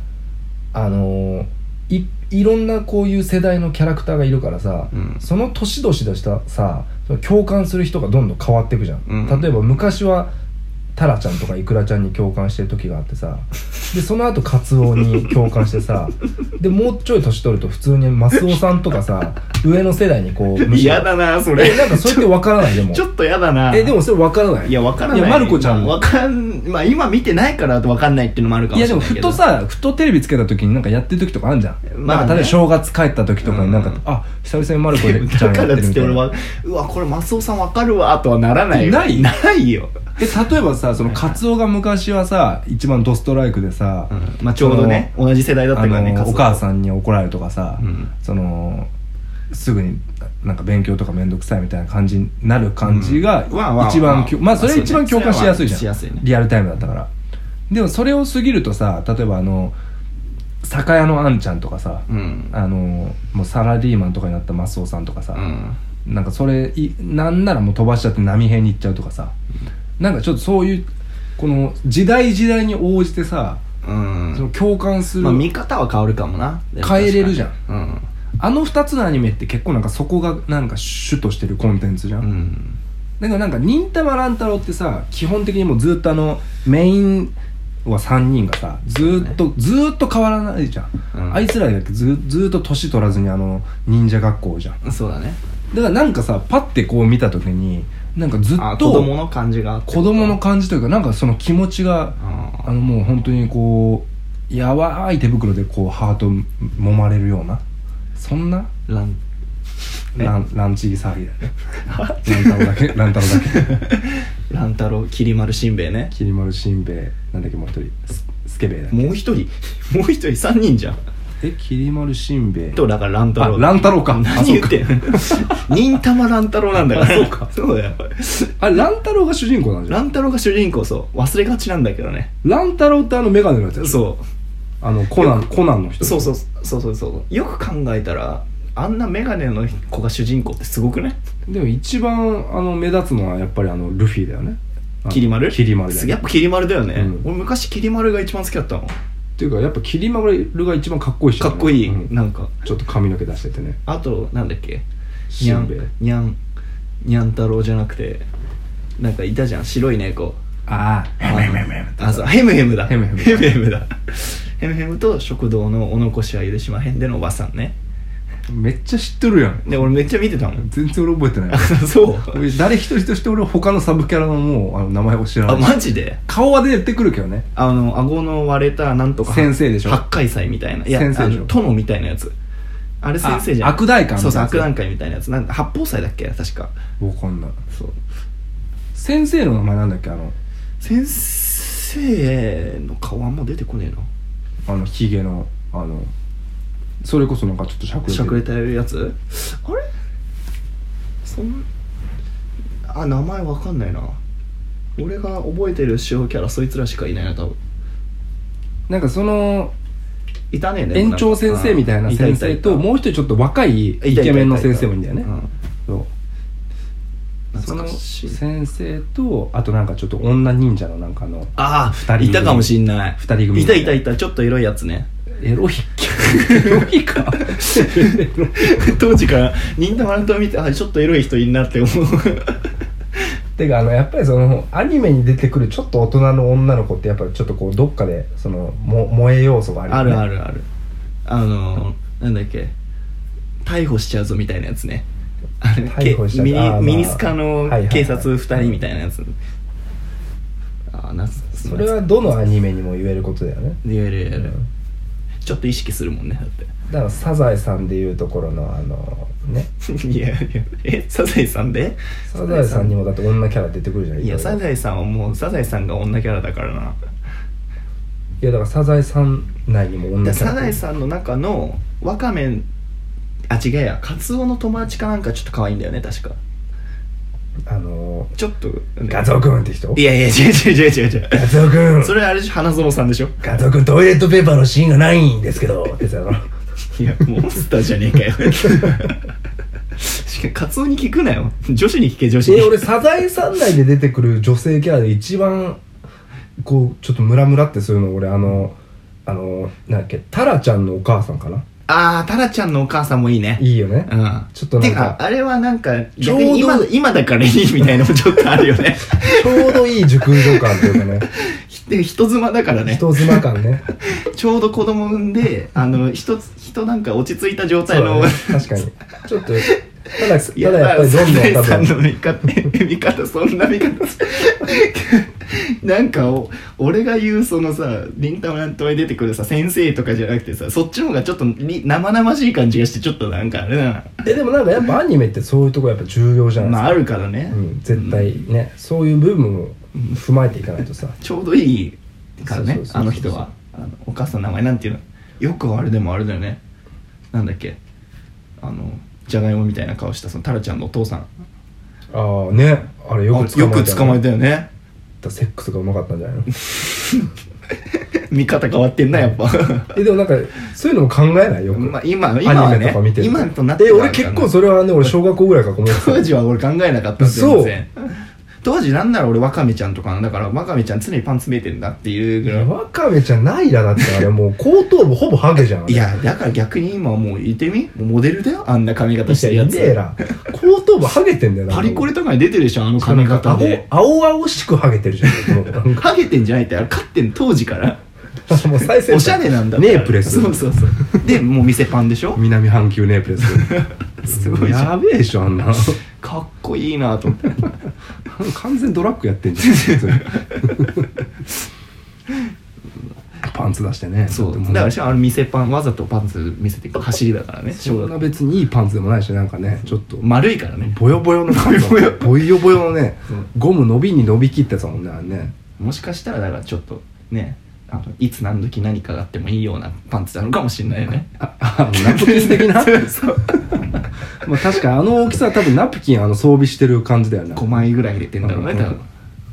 [SPEAKER 1] あのーいいろんなこういう世代のキャラクターがいるからさ、
[SPEAKER 2] うん
[SPEAKER 1] その年々としたさその共感する人がどんどん変わっていくじゃん、
[SPEAKER 2] うん
[SPEAKER 1] 例えば昔はタラちゃんとかイクラちゃんに共感してる時があってさでその後カツオに共感してさでもうちょい年取ると普通にマスオさんとかさ上の世代にこうむしろ
[SPEAKER 2] 嫌だなそ
[SPEAKER 1] え
[SPEAKER 2] れ
[SPEAKER 1] なんかそれって分からないでも
[SPEAKER 2] ちょっと嫌だな
[SPEAKER 1] えでもそれ分からない
[SPEAKER 2] いやわからない
[SPEAKER 1] いやまる子ちゃんも
[SPEAKER 2] わかんまあ今見てないからわかんないっていうのもあるかも
[SPEAKER 1] い
[SPEAKER 2] し
[SPEAKER 1] や
[SPEAKER 2] れな
[SPEAKER 1] で
[SPEAKER 2] い
[SPEAKER 1] も
[SPEAKER 2] けど
[SPEAKER 1] ふとさふとテレビつけた時になんかやってる時とかあるじゃん、
[SPEAKER 2] まあね
[SPEAKER 1] なんか例えば正月帰った時とかになんか、
[SPEAKER 2] うん
[SPEAKER 1] あ久々にマルコでちゃ
[SPEAKER 2] だ
[SPEAKER 1] ん
[SPEAKER 2] か
[SPEAKER 1] や
[SPEAKER 2] ら
[SPEAKER 1] って
[SPEAKER 2] つ
[SPEAKER 1] る
[SPEAKER 2] っ
[SPEAKER 1] み
[SPEAKER 2] て
[SPEAKER 1] たい
[SPEAKER 2] 俺
[SPEAKER 1] な
[SPEAKER 2] はうわこれ松尾さんわかるわとはなら ないよ
[SPEAKER 1] ない
[SPEAKER 2] ないよ、
[SPEAKER 1] え例えばさそのカツオが昔はさ一番ドストライクでさ、
[SPEAKER 2] まあちょうどね同じ世代だった
[SPEAKER 1] あ
[SPEAKER 2] からね
[SPEAKER 1] の
[SPEAKER 2] カツオ
[SPEAKER 1] お母さんに怒られるとかさ、
[SPEAKER 2] うん
[SPEAKER 1] そのすぐになんか勉強とか面倒くさいみたいな感じになる感じが
[SPEAKER 2] うんわあわあ
[SPEAKER 1] 一
[SPEAKER 2] わあ
[SPEAKER 1] 番きょ、まあそれは一番
[SPEAKER 2] そう
[SPEAKER 1] 共
[SPEAKER 2] ね
[SPEAKER 1] 感しやすいじゃん
[SPEAKER 2] しやすいね
[SPEAKER 1] リアルタイムだったからでもそれを過ぎるとさ例えばあの酒屋のあんちゃんとかさ、
[SPEAKER 2] うん
[SPEAKER 1] あのもうサラリーマンとかになったマスオさんとかさ、
[SPEAKER 2] うん
[SPEAKER 1] なんかそれいなんならもう飛ばしちゃって波平に行っちゃうとかさなんかちょっとそういうこの時代時代に応じてさ、
[SPEAKER 2] うんうん
[SPEAKER 1] その共感する、
[SPEAKER 2] まあ見方は変わるかもなでも確かに
[SPEAKER 1] 変えれるじゃん
[SPEAKER 2] うん
[SPEAKER 1] あの2つのアニメって結構なんかそこがなんか主としてるコンテンツじゃん、
[SPEAKER 2] うん
[SPEAKER 1] だからなんか忍たま乱太郎ってさ基本的にもうずっとあのメインは3人がさずーっと、ずーっと変わらないじゃん、
[SPEAKER 2] うん
[SPEAKER 1] あいつらだけずずーっと年取らずにあの忍者学校じゃんだ
[SPEAKER 2] そうだね
[SPEAKER 1] からなんかさパッてこう見た時になんかずっ
[SPEAKER 2] あ
[SPEAKER 1] と
[SPEAKER 2] 子供の感じがあって
[SPEAKER 1] 子供の感じというかなんかその気持ちがあ
[SPEAKER 2] あ
[SPEAKER 1] のもう本当にこうやわい手袋でこうハート揉まれるようなそんな
[SPEAKER 2] ーランえ
[SPEAKER 1] ランランチ ギ騒ぎだよねランタロだけランタロだけ
[SPEAKER 2] 乱太郎きり丸しんべヱね
[SPEAKER 1] きり丸しんべヱなんだっけもう一人ススケベだっけ
[SPEAKER 2] もう一人もう一人三人じゃん
[SPEAKER 1] えきり丸しんべ
[SPEAKER 2] と
[SPEAKER 1] ヱ
[SPEAKER 2] だから乱太
[SPEAKER 1] あ
[SPEAKER 2] 郎
[SPEAKER 1] 乱太郎かあ
[SPEAKER 2] 何
[SPEAKER 1] そう
[SPEAKER 2] 言
[SPEAKER 1] か
[SPEAKER 2] ってんの忍たま乱太郎なんだから そうかそうだよ
[SPEAKER 1] あれ乱太郎が主人公なんじゃん
[SPEAKER 2] 乱太郎が主人公そう忘れがちなんだけどね
[SPEAKER 1] 乱太郎ってあのメガネのやつや
[SPEAKER 2] そ
[SPEAKER 1] あのコナンコナンの人
[SPEAKER 2] うそうそうそうそうそうよく考えたらあんな眼鏡の子が主人公ってすごくね
[SPEAKER 1] でも一番あの目立つのはやっぱりあのルフィだよねあの
[SPEAKER 2] きり丸
[SPEAKER 1] きり丸だよね
[SPEAKER 2] やっぱきり丸だよね、
[SPEAKER 1] うん
[SPEAKER 2] 俺昔きり丸が一番好きだったの
[SPEAKER 1] っていうかやっぱきり丸が一番かっこいいし、
[SPEAKER 2] かっこいい、
[SPEAKER 1] うん
[SPEAKER 2] なんか
[SPEAKER 1] ちょっと髪の毛出しててね
[SPEAKER 2] あとなんだっけ
[SPEAKER 1] し
[SPEAKER 2] にゃ
[SPEAKER 1] んべヱ
[SPEAKER 2] んにゃんにゃん太郎じゃなくてなんかいたじゃん白い猫
[SPEAKER 1] ああ
[SPEAKER 2] あのあそうヘムヘムだ
[SPEAKER 1] ヘムヘム
[SPEAKER 2] ヘムヘムだヘムヘムと食堂のお残しは許しまへんでのおばさんね
[SPEAKER 1] めっちゃ知ってるやん
[SPEAKER 2] で俺めっちゃ見てたもん
[SPEAKER 1] 全然俺覚えてない
[SPEAKER 2] そう
[SPEAKER 1] 俺誰一人として俺は他のサブキャラのもうあの名前を知らな
[SPEAKER 2] あ
[SPEAKER 1] い、
[SPEAKER 2] マジで
[SPEAKER 1] 顔は出てくるけどね
[SPEAKER 2] あの顎の割れたなんとか
[SPEAKER 1] 先生でしょ
[SPEAKER 2] 八海祭みたいないや
[SPEAKER 1] 先生でしょ
[SPEAKER 2] あの殿みたいなやつあれ先生じゃん
[SPEAKER 1] あ悪代官み
[SPEAKER 2] そ
[SPEAKER 1] たいうな
[SPEAKER 2] そう
[SPEAKER 1] やつ
[SPEAKER 2] 悪段階みたいなやつなんか八宝祭だっけ確か
[SPEAKER 1] わかんない
[SPEAKER 2] そう
[SPEAKER 1] 先生の名前なんだっけあの
[SPEAKER 2] 先生の顔あんま出てこね
[SPEAKER 1] あのヒゲのあのそれこそなんかちょっとしゃ
[SPEAKER 2] え
[SPEAKER 1] く
[SPEAKER 2] な
[SPEAKER 1] れ
[SPEAKER 2] してゃくれ
[SPEAKER 1] る
[SPEAKER 2] たやつあれそんあ名前わかんないな俺が覚えてる主要キャラそいつらしかいないな多分
[SPEAKER 1] なんかその
[SPEAKER 2] いたねえね
[SPEAKER 1] 園長先生みたいな先生ともう
[SPEAKER 2] う
[SPEAKER 1] 一人ちょっと若いイケメンの先生もいいんだよねそうそ
[SPEAKER 2] 懐
[SPEAKER 1] の
[SPEAKER 2] かしい
[SPEAKER 1] 先生とあとなんかちょっと女忍者のなんかの
[SPEAKER 2] ああ
[SPEAKER 1] 二人組
[SPEAKER 2] いたかもしんない
[SPEAKER 1] 二人組
[SPEAKER 2] いたいたいたちょっとエロいやつね
[SPEAKER 1] エロいエロいか
[SPEAKER 2] 当時から忍たま乱太郎見てあちょっとエロい人いんなって思う
[SPEAKER 1] てかあのやっぱりそのアニメに出てくるちょっと大人の女の子ってやっぱりちょっとこうどっかでそのも萌え要素がある、
[SPEAKER 2] あるあるあるあのー、なんだっけ逮捕しちゃうぞみたいなやつねあれ
[SPEAKER 1] 逮捕しちゃう
[SPEAKER 2] けミニ
[SPEAKER 1] あーまあ
[SPEAKER 2] ミニスカの
[SPEAKER 1] はいはいはい
[SPEAKER 2] 警察二人みたいなやつ、ああな
[SPEAKER 1] それはどのアニメにも言えることだよね
[SPEAKER 2] いわゆるいわゆる
[SPEAKER 1] うん
[SPEAKER 2] ちょっと意識するもんねだっ
[SPEAKER 1] だからサザエさんでいうところのあのね
[SPEAKER 2] て いやいやえサザエさんで
[SPEAKER 1] サザエさんにもだって女キャラ出てくるじゃない
[SPEAKER 2] いやサザエさんはもうサザエさんが女キャラだからない
[SPEAKER 1] やだからサザエさん内にも
[SPEAKER 2] で
[SPEAKER 1] 女キャラ
[SPEAKER 2] サザエさんの中のワカメあ違うやカツオの友達かなんかちょっと可愛いんだよね確か
[SPEAKER 1] あの
[SPEAKER 2] ちょっと
[SPEAKER 1] ガツオ君って人
[SPEAKER 2] いやいや違う違う違う違う違う
[SPEAKER 1] ガツオ君
[SPEAKER 2] それあれでしょ花園さんでしょ
[SPEAKER 1] ガツオ君トイレットペーパーのシーンがないんですけど ってさ
[SPEAKER 2] いやモンスターじゃねえかよしかもカツオに聞くなよ女子に聞け女子に
[SPEAKER 1] え俺サザエさん内で出てくる女性キャラで一番こうちょっとムラムラってするの俺あのあのなんだっけタラちゃんのお母さんかな
[SPEAKER 2] ああタラちゃんのお母さんもいいね
[SPEAKER 1] いいよね
[SPEAKER 2] うん
[SPEAKER 1] ちょっとなんか
[SPEAKER 2] てかあれはなんか
[SPEAKER 1] ちょう
[SPEAKER 2] 逆
[SPEAKER 1] ど
[SPEAKER 2] に今今だからいいみたいなのもちょっとあるよね
[SPEAKER 1] ちょうどいい熟女感というかね
[SPEAKER 2] で人妻だから ね
[SPEAKER 1] 人妻感ね
[SPEAKER 2] ちょうど子供産んであの人人なんか落ち着いた状
[SPEAKER 1] そう
[SPEAKER 2] 態
[SPEAKER 1] だ
[SPEAKER 2] の、
[SPEAKER 1] ね確かにちょっとただただ
[SPEAKER 2] いや
[SPEAKER 1] やっぱりどんどん多
[SPEAKER 2] サザエさん
[SPEAKER 1] 分
[SPEAKER 2] の見方見方そんな見方 すなんかお俺が言うそのさ凛太郎なんとに出てくるさ先生とかじゃなくてさそっちの方がちょっとに生々しい感じがしてちょっとなんかあれだ
[SPEAKER 1] えでもなんかやっぱアニメってそういうとこやっぱ重要じゃ
[SPEAKER 2] な
[SPEAKER 1] ないです
[SPEAKER 2] ま
[SPEAKER 1] か、
[SPEAKER 2] ああるからね、
[SPEAKER 1] うん、絶対ね、そういう部分を踏まえていかないとさ
[SPEAKER 2] ちょうどいいからね
[SPEAKER 1] そうそうそうそう
[SPEAKER 2] あの人はあのお母さんの名前なんていうのよくあれでもあれだよねなんだっけあのじゃがいもみたいな顔したそのタラちゃんのお父さん
[SPEAKER 1] ああねあれよく
[SPEAKER 2] あよく捕まえ
[SPEAKER 1] て
[SPEAKER 2] たよね
[SPEAKER 1] セックスがうまかったんじゃないの
[SPEAKER 2] 見方変わってんなやっぱ
[SPEAKER 1] えでもなんかそういうのも考えないよく、
[SPEAKER 2] まあ今今は
[SPEAKER 1] アニメとか見
[SPEAKER 2] ね
[SPEAKER 1] てる
[SPEAKER 2] 今となって
[SPEAKER 1] え
[SPEAKER 2] は
[SPEAKER 1] 俺結構それはね俺小学校ぐらいから思ってた
[SPEAKER 2] 当時は俺考えなかった
[SPEAKER 1] 嘘
[SPEAKER 2] 全然当時なんなら俺ワカメちゃんとかなだからワカメちゃん常にパン詰めてんだっていうぐらい
[SPEAKER 1] わかめじゃないだなってあれもう後頭部ほぼハゲじゃんあれ
[SPEAKER 2] いやだから逆に今もう言ってみモデルだよあんな髪型
[SPEAKER 1] い
[SPEAKER 2] して
[SPEAKER 1] や
[SPEAKER 2] る
[SPEAKER 1] い
[SPEAKER 2] や
[SPEAKER 1] や
[SPEAKER 2] つ
[SPEAKER 1] いやいや後頭部ハゲてんだよな
[SPEAKER 2] パリコレとかに出てるでしょあの
[SPEAKER 1] しかも
[SPEAKER 2] 髪
[SPEAKER 1] なんか
[SPEAKER 2] 型で
[SPEAKER 1] 青青々しくハゲてるじゃんこの子なん
[SPEAKER 2] ハゲてんじゃないってあれ勝ってん当時から
[SPEAKER 1] かもう最先端
[SPEAKER 2] おしゃれなんだ
[SPEAKER 1] ネープレス
[SPEAKER 2] そうそうそうでもう店パンでしょ
[SPEAKER 1] 南半球ネープレス
[SPEAKER 2] すごいじゃん
[SPEAKER 1] やべえでしょあんな
[SPEAKER 2] かっこいいなと思って
[SPEAKER 1] 完全ドラッグやってんじゃん 普通にパンツ出してね
[SPEAKER 2] そう
[SPEAKER 1] でも
[SPEAKER 2] だからしかもあの店パンわざとパンツ見せてる走りだからね
[SPEAKER 1] そんな別にいいパンツでもないしなんかねちょっと
[SPEAKER 2] 丸いからね
[SPEAKER 1] ボヨボヨのパンツ
[SPEAKER 2] ボヨボ
[SPEAKER 1] ボヨボヨのね
[SPEAKER 2] うん
[SPEAKER 1] ゴム伸びに伸びきってたもんねあれね
[SPEAKER 2] もしかしたらだからちょっとねあのいつ何時何かがあってもいいようなパンツなのかもしれないよね
[SPEAKER 1] ああナプキン的 な
[SPEAKER 2] そうそう
[SPEAKER 1] まあ確かにあの大きさは多分ナプキンあの装備してる感じだよね
[SPEAKER 2] 5枚ぐらい入れてんだろうね多分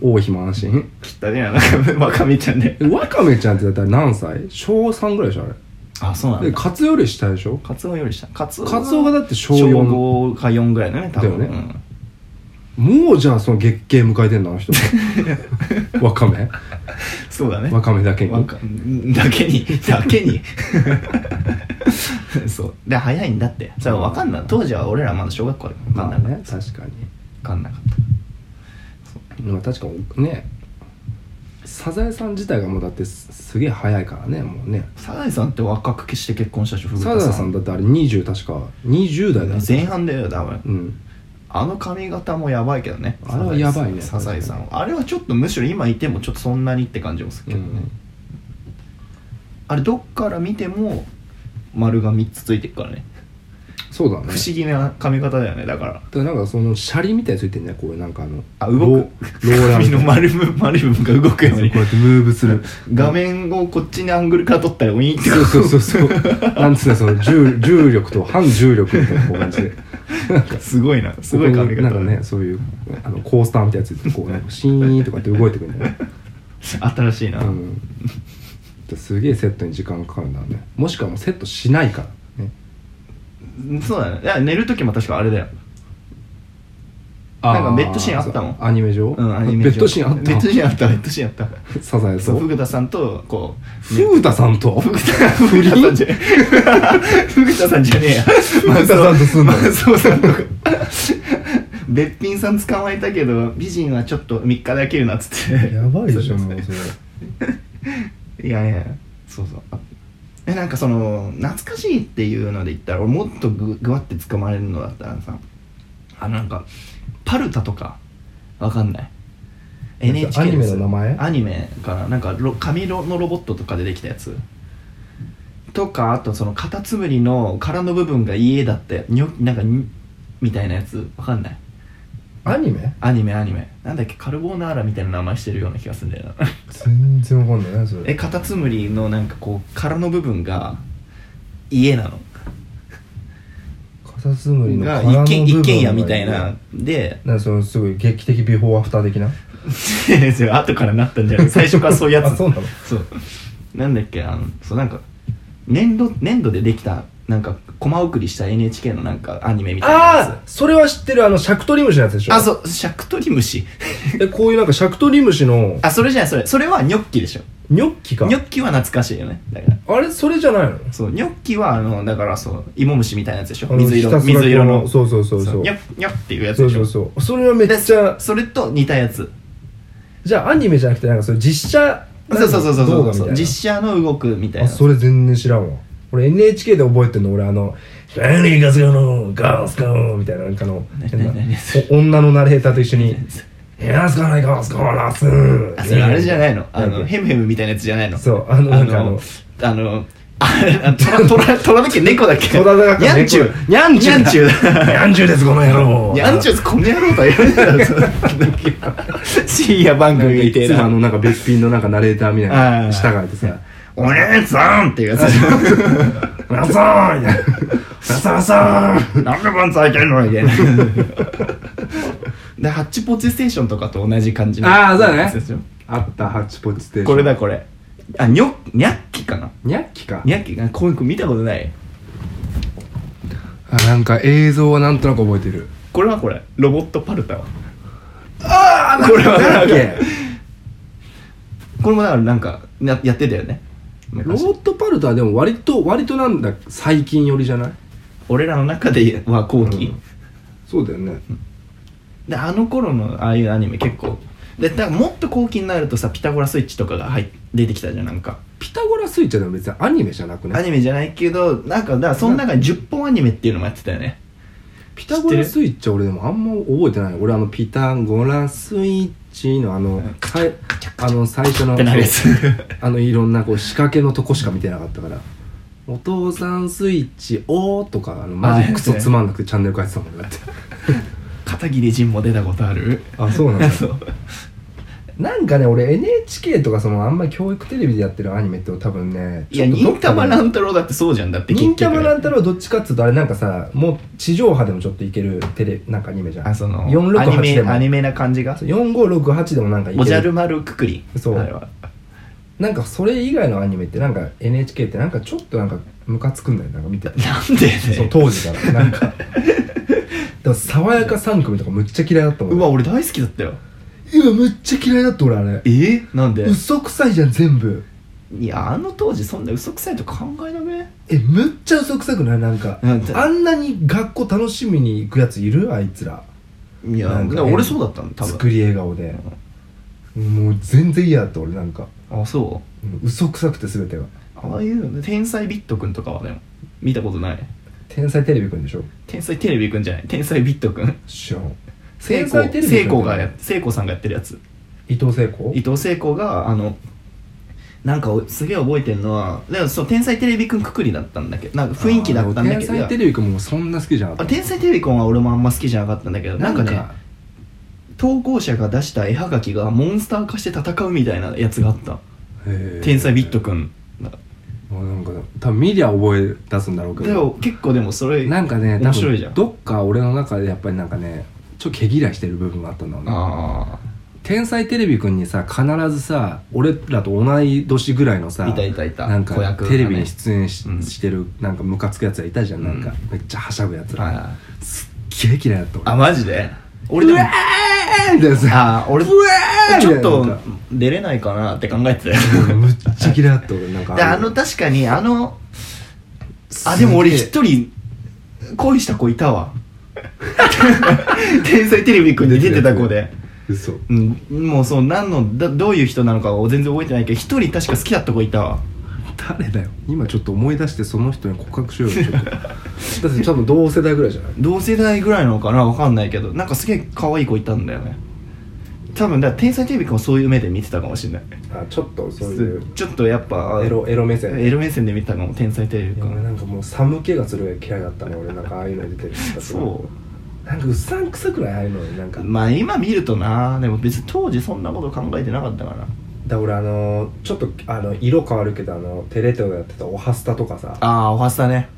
[SPEAKER 1] 多い日も安心
[SPEAKER 2] きっとねなんか若めちゃんね
[SPEAKER 1] えわかめちゃんってだったら何歳小3ぐらいでしょ
[SPEAKER 2] あそうな
[SPEAKER 1] あれで
[SPEAKER 2] んだ
[SPEAKER 1] カツオより下でしょ
[SPEAKER 2] カツオよりしたカツオ
[SPEAKER 1] カツオがだって小
[SPEAKER 2] 小
[SPEAKER 1] 4
[SPEAKER 2] 5か4ぐらいだね多分
[SPEAKER 1] だよねもうじゃあその月経迎えてんのあ の人わかめ
[SPEAKER 2] うんそうだね
[SPEAKER 1] わかめだけに
[SPEAKER 2] わかだけにだけに そうで早いんだってそれは分かんない当時は俺らまだ小学校で分かん
[SPEAKER 1] ま
[SPEAKER 2] な
[SPEAKER 1] あ
[SPEAKER 2] かった、
[SPEAKER 1] ね確か
[SPEAKER 2] 分
[SPEAKER 1] に
[SPEAKER 2] かんなかっ
[SPEAKER 1] まあ確かにねサザエさん自体がもうだってすすげえ早いからねもうね
[SPEAKER 2] たサザエさんって若くして結婚したでしょ
[SPEAKER 1] サザエさんだってあれ20確か20代だよ
[SPEAKER 2] 前半だよ多分
[SPEAKER 1] うん
[SPEAKER 2] あの髪型もやばいけどね
[SPEAKER 1] あれはやばいね
[SPEAKER 2] サザエさんはあれはちょっとむしろ今いてもちょっとそんなにって感じもするけどね、
[SPEAKER 1] うん
[SPEAKER 2] あれどっから見ても丸が3つついてるからね
[SPEAKER 1] そうだね
[SPEAKER 2] 不思議な髪型だよねだから
[SPEAKER 1] だからなんかそのシャリみたいについてんねこういうなんかあの
[SPEAKER 2] あ動く
[SPEAKER 1] ローローラ
[SPEAKER 2] 髪
[SPEAKER 1] ーみたい
[SPEAKER 2] の
[SPEAKER 1] な
[SPEAKER 2] 丸部丸部分が動くよう
[SPEAKER 1] そう
[SPEAKER 2] に
[SPEAKER 1] こうやってムーブする
[SPEAKER 2] 画面をこっちにアングルから撮ったらウィーンって
[SPEAKER 1] そうそうそ うそうなんつうのその重重力と反重力みたいなこう感じで
[SPEAKER 2] すごいなすごい
[SPEAKER 1] ここ
[SPEAKER 2] 髪
[SPEAKER 1] に
[SPEAKER 2] 型
[SPEAKER 1] なんかねそういうあのコースターみたいなやつでこうなんかシーンとかって動いてくるんだよね、
[SPEAKER 2] 新しいな、
[SPEAKER 1] うん、ですげえセットに時間がかかるんだろうねもしくはもうセットしないからね
[SPEAKER 2] そうだねいや寝る時も確かあれだよなんかベッドシーンあったもん
[SPEAKER 1] そうアニメ上,、
[SPEAKER 2] うんアニメ上
[SPEAKER 1] ベッドシーンあった
[SPEAKER 2] ベッドシーンあったベッドシーンあった
[SPEAKER 1] サザエさ
[SPEAKER 2] そうんフグタさんとこうね
[SPEAKER 1] フグタさんと
[SPEAKER 2] フグタフグタさんじゃフグタさんじゃねえや
[SPEAKER 1] グタさんと住んだ
[SPEAKER 2] マツオマツオさんとかべっぴんさん捕まえたけど美人はちょっと3日で飽きるなっつって
[SPEAKER 1] やばいでしょもうそ
[SPEAKER 2] い
[SPEAKER 1] れ
[SPEAKER 2] やいやそうそうあえなんかその懐かしいっていうので言ったら俺もっとぐぐわって捕まれるのだったらさあなんかパルタとかわかんない NHK
[SPEAKER 1] アニメの
[SPEAKER 2] やつ
[SPEAKER 1] 名前
[SPEAKER 2] アニメかななんかロ紙のロボットとかでできたやつとかあとそのカタツムリの殻の部分が家だってにょなんかにみたいなやつわかんない
[SPEAKER 1] アニメ
[SPEAKER 2] アニメアニメなんだっけカルボナーラみたいな名前してるような気がするんだよな
[SPEAKER 1] 全然わかんないねそ
[SPEAKER 2] えカタツムリのなんかこう殻の部分が家なの
[SPEAKER 1] カタツムリの殻の部
[SPEAKER 2] が
[SPEAKER 1] 分
[SPEAKER 2] 一軒
[SPEAKER 1] が
[SPEAKER 2] 一軒家みたいなで
[SPEAKER 1] なんかそのすごい劇的ビフォーアフター的な
[SPEAKER 2] それ後からなったんじゃない最初からそういうや
[SPEAKER 1] あ
[SPEAKER 2] つ
[SPEAKER 1] そうなの
[SPEAKER 2] そうなんだっけあのそうなんか粘土粘土でできたなんかコマ送りした NHK のなんかアニメみたいなや
[SPEAKER 1] あそれは知ってるあのシャクトリムシのやつでし
[SPEAKER 2] つあそうシャクトリムシ
[SPEAKER 1] えこういうなんかシャクトリムシの
[SPEAKER 2] あそれじゃないそれそれはニョッキでしょ
[SPEAKER 1] ニョッキか
[SPEAKER 2] ニョッキは懐かしいよねだから
[SPEAKER 1] あれそれじゃないの
[SPEAKER 2] そうニョッキはあのだからそう芋虫みたいなやつでし
[SPEAKER 1] あ
[SPEAKER 2] ょ
[SPEAKER 1] の
[SPEAKER 2] 水
[SPEAKER 1] ひた
[SPEAKER 2] 色
[SPEAKER 1] すらこ
[SPEAKER 2] 水色の
[SPEAKER 1] そうそうそうそう
[SPEAKER 2] ニョッニョッっていうやつ
[SPEAKER 1] そ
[SPEAKER 2] で
[SPEAKER 1] う
[SPEAKER 2] しょ
[SPEAKER 1] そうそうそれはめっちゃ
[SPEAKER 2] それと似たやつ
[SPEAKER 1] じゃあアニメじゃなくてなんかそれ実写
[SPEAKER 2] そうそうそうそう
[SPEAKER 1] 動画
[SPEAKER 2] そう
[SPEAKER 1] みたいな
[SPEAKER 2] 実写の動くみたい
[SPEAKER 1] あ
[SPEAKER 2] な
[SPEAKER 1] それ全然知らんわ俺 NHK で覚えてんの俺あの「何ガスガのガスガーみたいななんかの
[SPEAKER 2] 何
[SPEAKER 1] 変な
[SPEAKER 2] 何何
[SPEAKER 1] お女のナレーターと一緒に「ガスガないガスガーラスー」
[SPEAKER 2] あそれあれじゃないのあの
[SPEAKER 1] なんか
[SPEAKER 2] ヘムヘムみたいなやつじゃないの
[SPEAKER 1] そうあの
[SPEAKER 2] あ
[SPEAKER 1] なんかあ
[SPEAKER 2] の
[SPEAKER 1] の
[SPEAKER 2] あのあれあトラトラトラだっけ猫だっけ
[SPEAKER 1] 戸田だか
[SPEAKER 2] ニ
[SPEAKER 1] ら
[SPEAKER 2] ャンチュ
[SPEAKER 1] ニャンチュ
[SPEAKER 2] ニャンチュ
[SPEAKER 1] ニャンチュですこの野郎
[SPEAKER 2] ニャンチュこの野郎とは言われたらそう深夜番組み
[SPEAKER 1] い
[SPEAKER 2] たい
[SPEAKER 1] つもあ
[SPEAKER 2] な
[SPEAKER 1] のなんか別品のなんかナレーターみたいな
[SPEAKER 2] あー
[SPEAKER 1] の従えてさ
[SPEAKER 2] 「お姉さん!」っていう やつ
[SPEAKER 1] 「ラソーン!」みたいな「ラサラサー
[SPEAKER 2] 「
[SPEAKER 1] ン!」
[SPEAKER 2] なんでパンツ開いてんの?」みた いなでハッチポッチステーションとかと同じ感じの
[SPEAKER 1] あーそうだね
[SPEAKER 2] やつですよ
[SPEAKER 1] あったハッチポチステーション
[SPEAKER 2] これだこれあニョニャッキかな
[SPEAKER 1] ニャッキか
[SPEAKER 2] ニャッキかこういう子見たことない
[SPEAKER 1] あなんか映像はなんとなく覚えてる
[SPEAKER 2] これはこれロボットパルタは
[SPEAKER 1] ああ
[SPEAKER 2] これは
[SPEAKER 1] なんだっ
[SPEAKER 2] なん
[SPEAKER 1] け
[SPEAKER 2] かこれもだからなんかややってたよね
[SPEAKER 1] ロ
[SPEAKER 2] 昔
[SPEAKER 1] ボットパルトはでも割と割となんだ最近寄りじゃない
[SPEAKER 2] 俺らの中では後期、
[SPEAKER 1] うんそうだよね、
[SPEAKER 2] であの頃のああいうアニメ結構でだからもっと後期になるとさピタゴラスイッチとかが入っ出てきたじゃんなんか
[SPEAKER 1] ピタゴラスイッチはでも別にアニメじゃなく
[SPEAKER 2] ア
[SPEAKER 1] ね
[SPEAKER 2] ニメじゃないけどなんかだからその中に10本アニメっていうのもやってたよね
[SPEAKER 1] ピタゴラスイッチは俺でもあんま覚えてない俺あのピタゴラスイッチのあのさいあの最初の
[SPEAKER 2] ってなるやつ
[SPEAKER 1] あのいろんなこう仕掛けのとこしか見てなかったから「お父さんスイッチおー」とかあのマジクソつまんなくてチャンネル変えてたもんだって
[SPEAKER 2] 片桐仁も出たことある
[SPEAKER 1] あそうなん だ
[SPEAKER 2] そう
[SPEAKER 1] なんかね俺 NHK とかそのあんまり教育テレビでやってるアニメって多分ね
[SPEAKER 2] いや
[SPEAKER 1] ちょっ
[SPEAKER 2] 忍
[SPEAKER 1] とど
[SPEAKER 2] た
[SPEAKER 1] っか
[SPEAKER 2] ま
[SPEAKER 1] で
[SPEAKER 2] 乱太郎だってそうじゃんだって結
[SPEAKER 1] 忍
[SPEAKER 2] 局
[SPEAKER 1] たま乱太郎どっちかっつうとあれなんかさもう地上波でもちょっといけるテレなんかアニメじゃん
[SPEAKER 2] あそのアニ
[SPEAKER 1] 468
[SPEAKER 2] メ
[SPEAKER 1] でも
[SPEAKER 2] アニメな感じが
[SPEAKER 1] そう4568でもなんかい
[SPEAKER 2] おじ
[SPEAKER 1] け
[SPEAKER 2] ゃ
[SPEAKER 1] る
[SPEAKER 2] る丸くくり
[SPEAKER 1] そう
[SPEAKER 2] あれは
[SPEAKER 1] なんかそれ以外のアニメってなんか NHK ってなんかちょっとなんかムカつくんだよなんか見てて
[SPEAKER 2] なんで
[SPEAKER 1] そう
[SPEAKER 2] ね
[SPEAKER 1] 当時からなんかでも爽やか3組とかむっちゃ嫌いだったもん
[SPEAKER 2] うわ俺大好きだったよ
[SPEAKER 1] 今むっちゃ嫌いだった俺あれ
[SPEAKER 2] えなんで
[SPEAKER 1] 嘘くさいじゃん全部
[SPEAKER 2] いやあの当時そんな嘘くさいと考えなめ
[SPEAKER 1] えむっちゃ嘘くさくないなんか
[SPEAKER 2] なんて
[SPEAKER 1] あんなに学校楽しみに行くやついるあいつら
[SPEAKER 2] いや
[SPEAKER 1] なんかね
[SPEAKER 2] でも俺そうだったの多
[SPEAKER 1] 作
[SPEAKER 2] 分
[SPEAKER 1] り笑顔で、もう全然嫌だった俺なんか
[SPEAKER 2] あそう
[SPEAKER 1] うん嘘くさくて全てが
[SPEAKER 2] ああいうの天才ビットくんとかはでも見たことない
[SPEAKER 1] 天才テレビくんでしょ
[SPEAKER 2] 天才テレビくんじゃない天才ビットくん
[SPEAKER 1] 知らん
[SPEAKER 2] 聖
[SPEAKER 1] 天
[SPEAKER 2] 子
[SPEAKER 1] 才テレビくん
[SPEAKER 2] 聖子がや聖子さんがやってるやつ
[SPEAKER 1] 伊藤聖子
[SPEAKER 2] 伊藤聖子があのなんかおすげえ覚えてるのはでもそう天才テレビくんくくりだったんだけどなんか雰囲気だったんだけど
[SPEAKER 1] あー天才テレビくんもそんな好きじゃなか
[SPEAKER 2] あ
[SPEAKER 1] った
[SPEAKER 2] 天才テレビくんは俺もあんま好きじゃなかったんだけどなんかね投稿者が出した絵はがきがモンスター化して戦うみたいなやつがあった天才ビット
[SPEAKER 1] か
[SPEAKER 2] くん
[SPEAKER 1] へーあなんか多分見りゃ覚え出すんだろうけ
[SPEAKER 2] で
[SPEAKER 1] ど
[SPEAKER 2] も結構でもそれ
[SPEAKER 1] なんかね多
[SPEAKER 2] 面白いじゃ
[SPEAKER 1] 分
[SPEAKER 2] ん
[SPEAKER 1] どっか俺の中でやっぱりなんかねちょっと毛嫌いしてる部分があったんだろうな
[SPEAKER 2] あ
[SPEAKER 1] 天才テレビくんにさ必ずさ俺らと同い年ぐらいの
[SPEAKER 2] あ
[SPEAKER 1] さ
[SPEAKER 2] いたいたいた
[SPEAKER 1] なん
[SPEAKER 2] 子
[SPEAKER 1] か
[SPEAKER 2] 役がね
[SPEAKER 1] テレビに出演し,、
[SPEAKER 2] うん
[SPEAKER 1] てるなんかムカつくやつがいたじゃんなんか、めっちゃはしゃぐやつら、
[SPEAKER 2] あ
[SPEAKER 1] すっげえ嫌いだった俺
[SPEAKER 2] あマジで俺でも
[SPEAKER 1] うわーみたいなさ
[SPEAKER 2] ああ俺ち
[SPEAKER 1] うわー
[SPEAKER 2] ょっと
[SPEAKER 1] みたいな
[SPEAKER 2] 出れないかなって考えてた よ
[SPEAKER 1] むっちゃ嫌いだった俺なんか
[SPEAKER 2] であの確かにあのあでも俺
[SPEAKER 1] すげ
[SPEAKER 2] 一
[SPEAKER 1] え
[SPEAKER 2] 人恋した子いたわ 天才テレビくんで出てた子で
[SPEAKER 1] 嘘
[SPEAKER 2] うん、もうそう何のだどういう人なのかを全然覚えてないけど一人確か好きだった子いたわ
[SPEAKER 1] 誰だよ今ちょっと思い出してその人に告白しようよ ちょっとだって多分同世代ぐらいじゃない
[SPEAKER 2] 同世代ぐらいなのかなわかんないけどなんかすげえ可愛い子いたんだよね多分だから天才テレビ君はそういう目で見てたかもしれない
[SPEAKER 1] あちょっとそういう
[SPEAKER 2] ちょっとやっぱ
[SPEAKER 1] エロエロ目線
[SPEAKER 2] エロ目線で見てたかも天才テレビ
[SPEAKER 1] いや俺
[SPEAKER 2] 君
[SPEAKER 1] なんかもう寒気がするぐらい嫌いだったの俺なんかああいうのに出てる人たちが
[SPEAKER 2] そう
[SPEAKER 1] なんかうさんくさくないああいうのなんかだか
[SPEAKER 2] まあ今見るとなでも別に当時そんなこと考えてなかったから
[SPEAKER 1] ら俺あのーちょっとあの色変わるけどあのテレ東でやってたオハスタとかさあ
[SPEAKER 2] ああおはスタね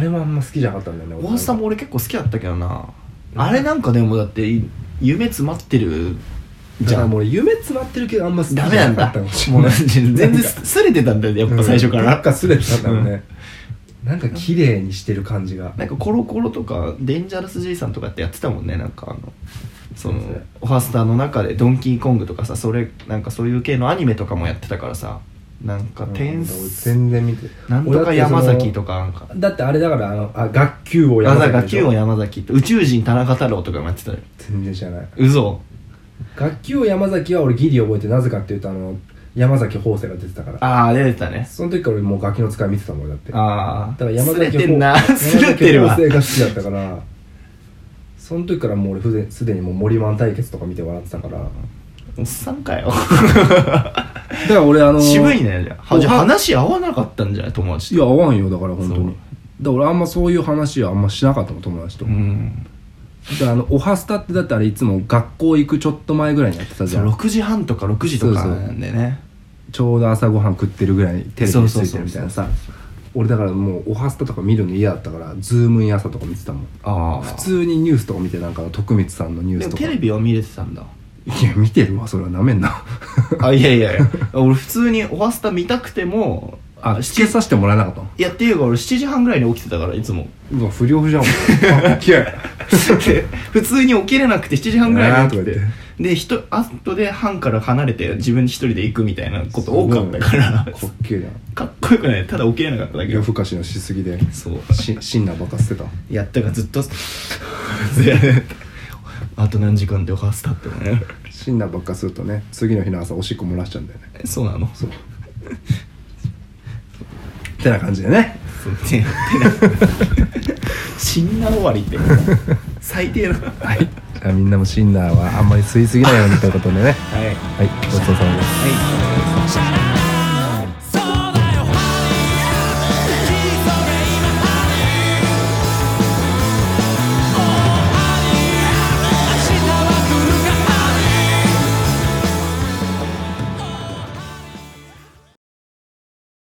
[SPEAKER 1] れもあんま好きじゃなかったんだよね
[SPEAKER 2] おはスタも俺結構好きだったけどなあれなんかでもだってい夢詰まってる
[SPEAKER 1] じ
[SPEAKER 2] じ
[SPEAKER 1] ゃ
[SPEAKER 2] ゃ
[SPEAKER 1] あ
[SPEAKER 2] ん
[SPEAKER 1] もう俺夢詰まってるけどあんま好きじ
[SPEAKER 2] ダメな
[SPEAKER 1] ゃ
[SPEAKER 2] ん
[SPEAKER 1] なか
[SPEAKER 2] だ
[SPEAKER 1] ったかもしれ
[SPEAKER 2] もう
[SPEAKER 1] ない
[SPEAKER 2] 全然すれてたんだよやっぱ最初か
[SPEAKER 1] なん
[SPEAKER 2] ら
[SPEAKER 1] かすれてたんだよねなんか綺麗にしてる感じが
[SPEAKER 2] なんかコロコロとかデンジャラス爺さんとかってやってたもんねなんかあのその
[SPEAKER 1] そうですね
[SPEAKER 2] オファスターの中で「ドンキーコング」とかさそれなんかそういう系のアニメとかもやってたからさなんか天
[SPEAKER 1] 俺
[SPEAKER 2] 才
[SPEAKER 1] 全然見て
[SPEAKER 2] なんとか山崎と
[SPEAKER 1] か
[SPEAKER 2] かなんか
[SPEAKER 1] だってあれだからあのあ学級王
[SPEAKER 2] あ
[SPEAKER 1] 山
[SPEAKER 2] なん
[SPEAKER 1] 崎
[SPEAKER 2] か
[SPEAKER 1] でし
[SPEAKER 2] 旧
[SPEAKER 1] ょ
[SPEAKER 2] 王山崎と宇宙人田中太郎とかもやってたよ
[SPEAKER 1] 全然知らない
[SPEAKER 2] 嘘
[SPEAKER 1] 学級王山崎は俺ギリ覚えてなぜかっていうとあの山崎邦生が出てたから
[SPEAKER 2] ああ出てたね
[SPEAKER 1] その時から俺もうガキの使い見てたもん俺だってだか
[SPEAKER 2] ああ
[SPEAKER 1] ら山
[SPEAKER 2] すれ
[SPEAKER 1] 崎
[SPEAKER 2] てんな
[SPEAKER 1] 邦
[SPEAKER 2] すれてるわ
[SPEAKER 1] 山崎邦生が好きだったからその時からもう俺ふで既にもう森マン対決とか見て笑ってたからだか
[SPEAKER 2] おっさんかよ
[SPEAKER 1] ら俺あの
[SPEAKER 2] 渋いねじゃあ
[SPEAKER 1] お
[SPEAKER 2] じゃあ
[SPEAKER 1] は
[SPEAKER 2] 話合わなかったんじゃない友達と
[SPEAKER 1] いや合わんよだから本当
[SPEAKER 2] そう
[SPEAKER 1] にだから俺あんまそういう話はあんましなかったもん友達と、
[SPEAKER 2] うん
[SPEAKER 1] であのオハスタってだってあれいつも学校行くちょっと前ぐらいにやってたじゃん
[SPEAKER 2] 6時半とか6時とかなんでね
[SPEAKER 1] ちょうど朝ごはん食ってるぐらいにテレビについてるみたいなさ俺だからもうオハスタとか見るの嫌だったからズームイン朝とか見てたもん
[SPEAKER 2] ああ
[SPEAKER 1] 普通にニュースとか見てなんか徳光さんのニュー
[SPEAKER 2] で
[SPEAKER 1] ス
[SPEAKER 2] も
[SPEAKER 1] とか
[SPEAKER 2] テレビは見れてたんだ
[SPEAKER 1] いや見てるわそれはなめんな
[SPEAKER 2] あいやいやいや 俺普通に「オハスタ」見たくても
[SPEAKER 1] あ
[SPEAKER 2] あ
[SPEAKER 1] つけさせてもらえなかったの
[SPEAKER 2] いやっていうか俺7時半ぐらいに起きてたからいつ も
[SPEAKER 1] うわ不 良じゃんもうあっけ
[SPEAKER 2] で普通に起きれなくて7時半ぐらいに起きて
[SPEAKER 1] あーとか
[SPEAKER 2] で人後で班から離れて自分一人で行くみたいなこと多かったから
[SPEAKER 1] すごいねかっけえな
[SPEAKER 2] かっこよくないただ起きれなかっただけ
[SPEAKER 1] 夜更かしのしすぎで
[SPEAKER 2] そう
[SPEAKER 1] しシンナーばっか捨てた
[SPEAKER 2] やったがずっと であと何時間でおはスタって思いながら
[SPEAKER 1] シンナーばっかするとね次の日の朝おしっこ漏らしちゃうんだよね
[SPEAKER 2] えそうなの
[SPEAKER 1] そうてな感じでね
[SPEAKER 2] そうってやってない死んだ終わり って最低なはい、はい、
[SPEAKER 1] じゃあみんなもシンナーはあんまり吸いすぎないようにということでねはいごちそうさまです
[SPEAKER 2] はい